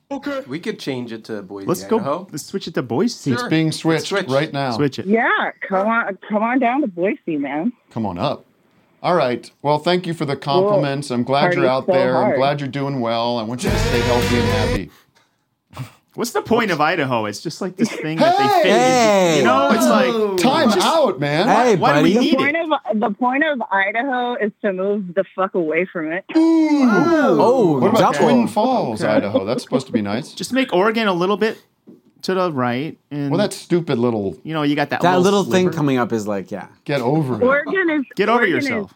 Okay. We could change it to Boise, Let's go. Idaho. Let's switch it to Boise. It's being switched right now. Switch it. Yeah, come on, come on down to Boise, man. Come on up. All right. Well, thank you for the compliments. I'm glad Party's you're out so there. I'm hard. glad you're doing well. I want you to stay healthy and happy. What's the point of Idaho? It's just like this thing that they fit. into- Hey! You know, it's like Time just- out, man. Why, why do we the need point it? of the point of Idaho is to move the fuck away from it. Oh, what about double. Twin Falls, Okay. Idaho? That's supposed to be nice. Just make Oregon a little bit to the right, and Well, that stupid little you know you got that That little thing sliver. coming up is like, yeah. Get over Oregon is Get over Oregon is yourself.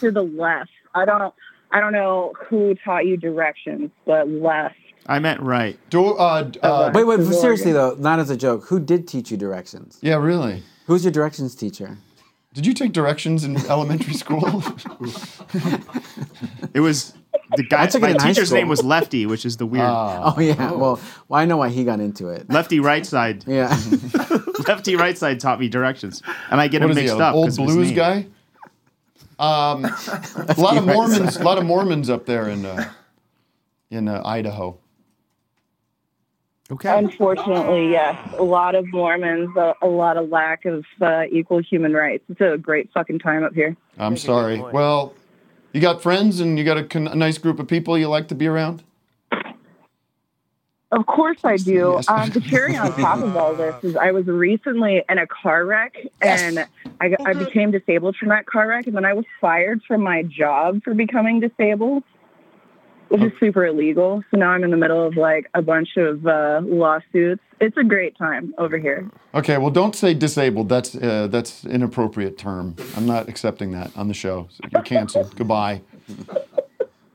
to the left. I don't I don't know who taught you directions, but left. I meant right. Do, uh, d- uh, wait, wait. Seriously though, not as a joke. Who did teach you directions? Yeah, really. Who's your directions teacher? Did you take directions in elementary school? It was the guy. I took it My in high teacher's school. name was Lefty, which is the weird. Oh, yeah. Well, well, I know why he got into it. Lefty right side. Yeah. Lefty right side taught me directions, and I get What them is he, mixed an up. old 'cause of his blues name. guy? Um, a lot of Mormons, a lot of Mormons up there in uh, in uh, Idaho. Unfortunately, yes, a lot of Mormons, a, a lot of lack of uh, equal human rights. It's a great fucking time up here. I'm sorry. Well, you got friends and you got a, con- a nice group of people you like to be around. Of course I do. Um, the cherry on top of all this is I was recently in a car wreck and I, got- I became disabled from that car wreck and then I was fired from my job for becoming disabled, which is super illegal. So now I'm in the middle of like a bunch of uh, lawsuits. It's a great time over here. Okay, well, don't say disabled. That's uh, that's inappropriate term. I'm not accepting that on the show. So you're canceled. Goodbye.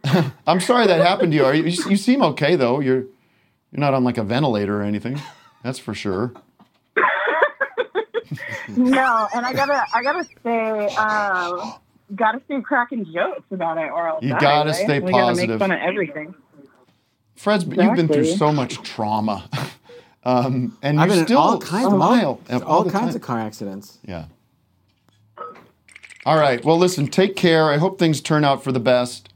I'm sorry that happened to you. Are you. You you seem okay though. You're you're not on like a ventilator or anything. That's for sure. No, and I gotta I gotta stay um, gotta stay cracking jokes about it or else You gotta stay we positive. gotta make fun of everything. Fred's, but you've been through Exactly. so much trauma, um, and I've you're been in still all kinds of smile all, at all the kinds time. of car accidents. Yeah. All right. Well, listen. Take care. I hope things turn out for the best.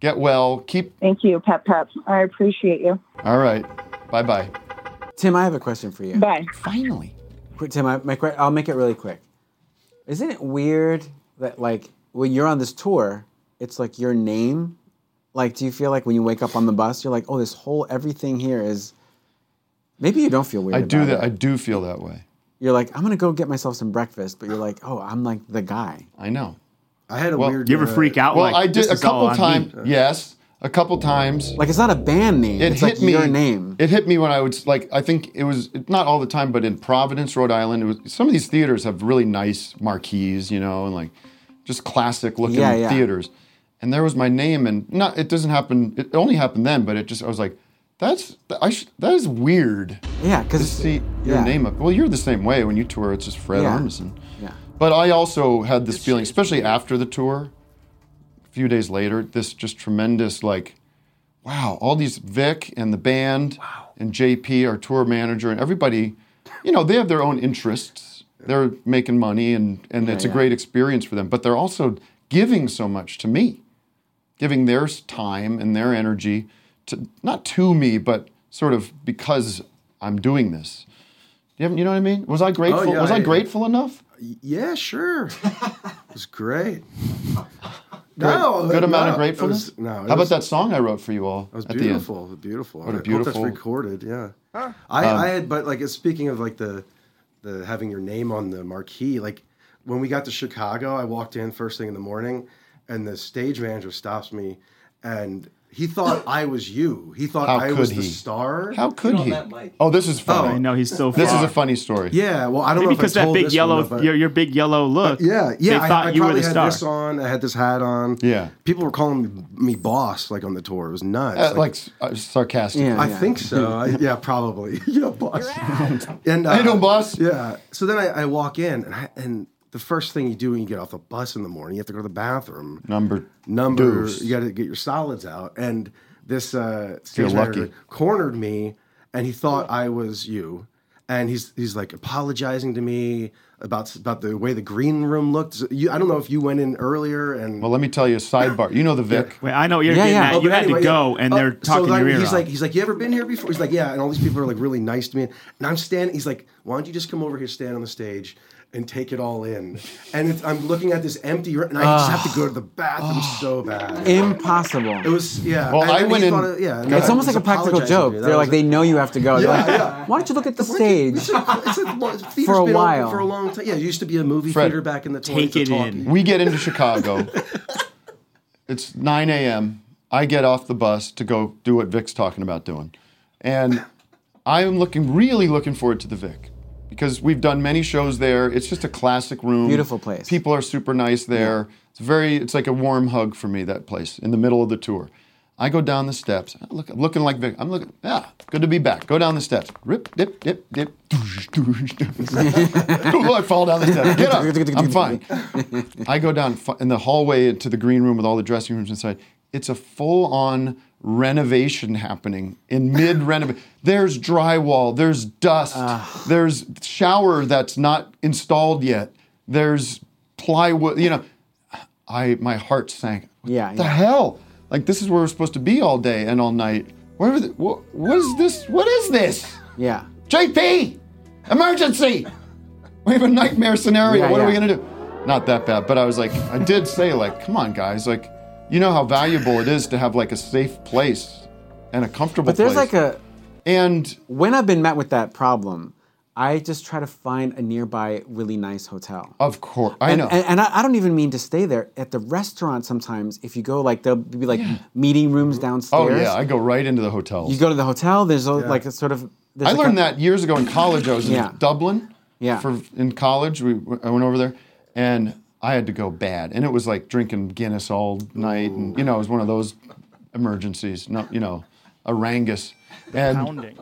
Get well. Keep. Thank you, Pep Pep. I appreciate you. All right. Bye bye. Tim, I have a question for you. Bye. Finally. Quick, Tim, I, my, que- I'll make it really quick. Isn't it weird that like when you're on this tour, it's like your name? Like, do you feel like when you wake up on the bus, you're like, oh, this whole everything here is. Maybe you don't feel weird. I do about that. it. I do feel that way. You're like, I'm gonna go get myself some breakfast, but you're like, oh, I'm like the guy. I know. I had a Well, weird. you ever uh, freak out? Well, like, I did this a is all couple on times. me? Yes, a couple times. Like it's not a band name. It it's hit like me. your name. It hit me when I was like, I think it was not all the time, but in Providence, Rhode Island, it was, some of these theaters have really nice marquees, you know, and like just classic looking Yeah, yeah. theaters. And there was my name, and not it doesn't happen. It only happened then, but it just I was like, that's I sh- that is weird. Yeah, to because see your yeah. name up. Well, you're the same way when you tour. It's just Fred Yeah. Armisen. Yeah. But I also had this feeling, especially after the tour, a few days later, this just tremendous like, wow, all these Vic and the band and JP, our tour manager, and everybody, you know, they have their own interests. They're making money and, and Yeah, it's a yeah. great experience for them, but they're also giving so much to me, giving their s- time and their energy to not to me, but sort of because I'm doing this. You have- you know what I mean? Was I grateful? Oh, yeah, was I yeah. grateful enough? Yeah, sure. it was great. No, good no, amount it of gratefulness. was- no, it How was- about that song I wrote for you all? That was at the end? beautiful. Beautiful. What a I beautiful- Hope that's recorded. Yeah. I, Um, I had, but like speaking of like the, the having your name on the marquee. Like when we got to Chicago, I walked in first thing in the morning, and the stage manager stops me, and he thought I was you. He thought How I could was he? the star. How could he? Oh, this is funny. I know he's so. This is far. a funny story. Yeah. Well, I don't Maybe know if I because that told big this yellow, one, but- your, your big yellow look. Yeah, yeah. They I, thought I you were probably the had star. this on. I had this hat on. Yeah. People were calling me, me boss like on the tour. It was nuts. Uh, like s- uh, sarcastic. I think so. I, yeah, probably. yeah, boss. and uh, Hey, no, boss. Yeah. So then I, I walk in, and I, and the first thing you do when you get off the bus in the morning, you have to go to the bathroom. Number Number. deuce. You got to get your solids out, and this uh, You're stage lucky. manager cornered me, and he thought I was you, and he's he's like apologizing to me about about the way the green room looked. So you, I don't know if you went in earlier and. Well, let me tell you a sidebar. You know the Vic. Wait, I know what you're getting at. Oh, you but had anyway, to go, yeah. and Oh, they're so, talking like, your ear He's off. like, he's like, you ever been here before? He's like, yeah. And all these people are like really nice to me, and I'm standing. He's like, why don't you just come over here, stand on the stage, and take it all in? And it's, I'm looking at this empty, room, and I just have to go to the bathroom so bad. Impossible. It was yeah. Well, and I then he went in- thought it- yeah, it's almost like a practical joke. They're like, they know you have to go. They're Yeah, like, Why don't you look at the stage? it's a, well, it's- theater's For a been open while. for a long time. Yeah, it used to be a movie Fred, theater back in the 20s. take the it talk- in. We get into Chicago. it's 9 a.m. I get off the bus to go do what Vic's talking about doing. And I am looking, really looking forward to the Vic because we've done many shows there. It's just a classic room. Beautiful place. People are super nice there. It's very, it's like a warm hug for me, that place, in the middle of the tour. I go down the steps, I look, looking like Vic. I'm looking, yeah, good to be back. Go down the steps. Rip, dip, dip, dip. oh, I fall down the steps. Get up. I'm fine. I go down fu- in the hallway into the green room with all the dressing rooms inside. It's a full on renovation happening in mid renovation. There's drywall, there's dust, there's shower that's not installed yet, there's plywood. You know, I my heart sank. What yeah, the hell? Like, this is where we're supposed to be all day and all night. Where is it? What, what is this? What is this? Yeah. JP! Emergency! We have a nightmare scenario. Oh, Yeah, what are we yeah. gonna do? Not that bad, but I was like, I did say, like, come on, guys, like, you know how valuable it is to have like a safe place and a comfortable But there's place. like a and when I've been met with that problem, I just try to find a nearby really nice hotel. Of course, I and, know. and, and I, I don't even mean to stay there. At the restaurant, sometimes if you go, like there'll be like meeting rooms oh downstairs. yeah, I go right into the hotel. You go to the hotel. There's a, like a sort of. there's I like learned a- that years ago in college. I was in Yeah. Dublin. Yeah. For in college, we I went over there, and I had to go bad, and it was like drinking Guinness all night, and you know, it was one of those emergencies. Not you know, Orangus, and Pounding.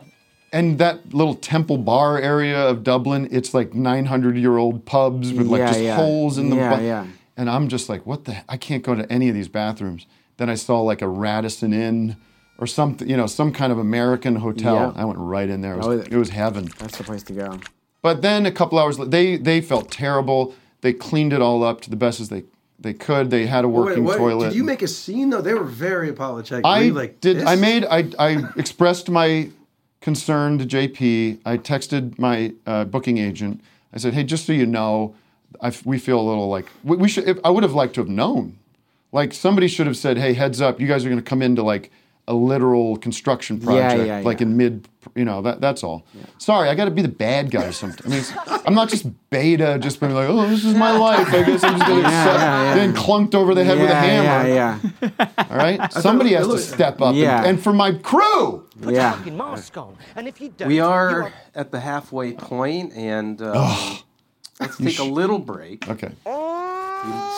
and that little temple bar area of Dublin. It's like 900 year old pubs with like Yeah, just yeah. holes in the. Yeah, bu- yeah. And I'm just like, what the? I can't go to any of these bathrooms. Then I saw like a Radisson Inn. Or something, you know, some kind of American hotel. Yeah. I went right in there. It was, Oh, it was heaven. That's the place to go. But then a couple hours later, they, they felt terrible. They cleaned it all up to the best as they, they could. They had a Wait, working what- toilet. Did you make a scene though? They were very apologetic. Were I you like, did. I this? made. I, I expressed my concern to JP. I texted my uh, booking agent. I said, "Hey, just so you know, I f we feel a little like we, we should. If, I would have liked to have known. Like somebody should have said, "Hey, heads up, you guys are going to come into like a literal construction Yeah, project, yeah, like in mid. You know that. That's all. Sorry, I got to be the bad guy sometimes. I mean, it's- I'm not just beta, just being like, oh, this is my life. I guess I'm just going to Yeah, accept yeah, yeah. getting clunked over the head with a Yeah, yeah, hammer. yeah. All right, somebody has to step up, and- Yeah. and, for my crew. Yeah. We are at the halfway point, and um, let's You take a sh- little break. Okay.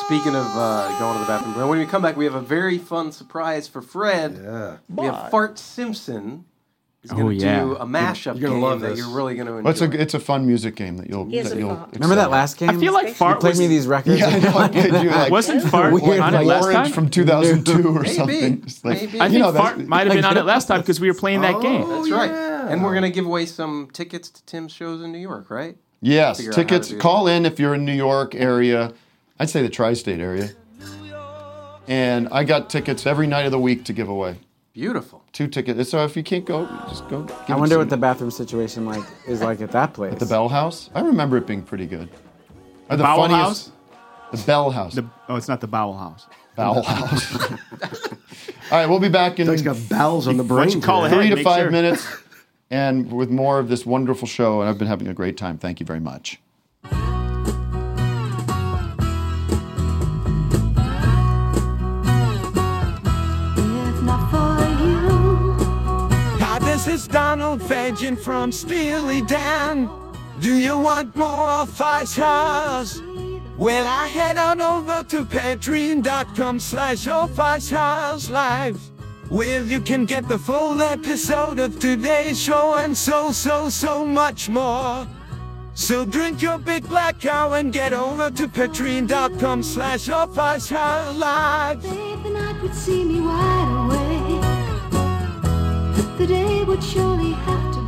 Speaking of uh, going to the bathroom, but when we come back, we have a very fun surprise for Fred. Yeah. We have Fart Simpson. He's Oh, going to yeah. do a mashup You're gonna game love that this. you're really going to enjoy. Well, it's a it's a fun music game that you'll. Yes, That it you'll is. Remember that last game? I feel like Fart you played was- me these records. Yeah, I know, I played you, like- Wasn't Fart on it last Orange time? from 2002 or Maybe, something. It's like- maybe. I think You know, that's- Oh, Fart might have been on it last time because we were playing that game. Oh, That's right. And we're going to give away some tickets to Tim's shows in New York, right? Yes, Figure out how to tickets. do that. Call in if you're in New York area. I'd say the tri-state area. And I got tickets every night of the week to give away. Beautiful. Two tickets. So if you can't go, just go. Give I it wonder to what the someone. bathroom situation like is like at that place. at the Bell House. I remember it being pretty good. Or The Bowel The Bell House. oh, it's not the Bowel House. Bowel House. All right, we'll be back in. Doug's got bowels on the Why brain. don't you call today. ahead, Three to five minutes, and with more of this wonderful show. And I've been having a great time. Thank you very much. Hi, Ah, this is Donald Fagin from Steely Dan. Do you want more fighters? Well, I head on over to patreon.com slash fighters live. Where you can get the full episode of today's show and so, so, so much more. So drink your big black cow and get over to patreon.com slash fighters live. The night would see me wide awake. The day would surely have to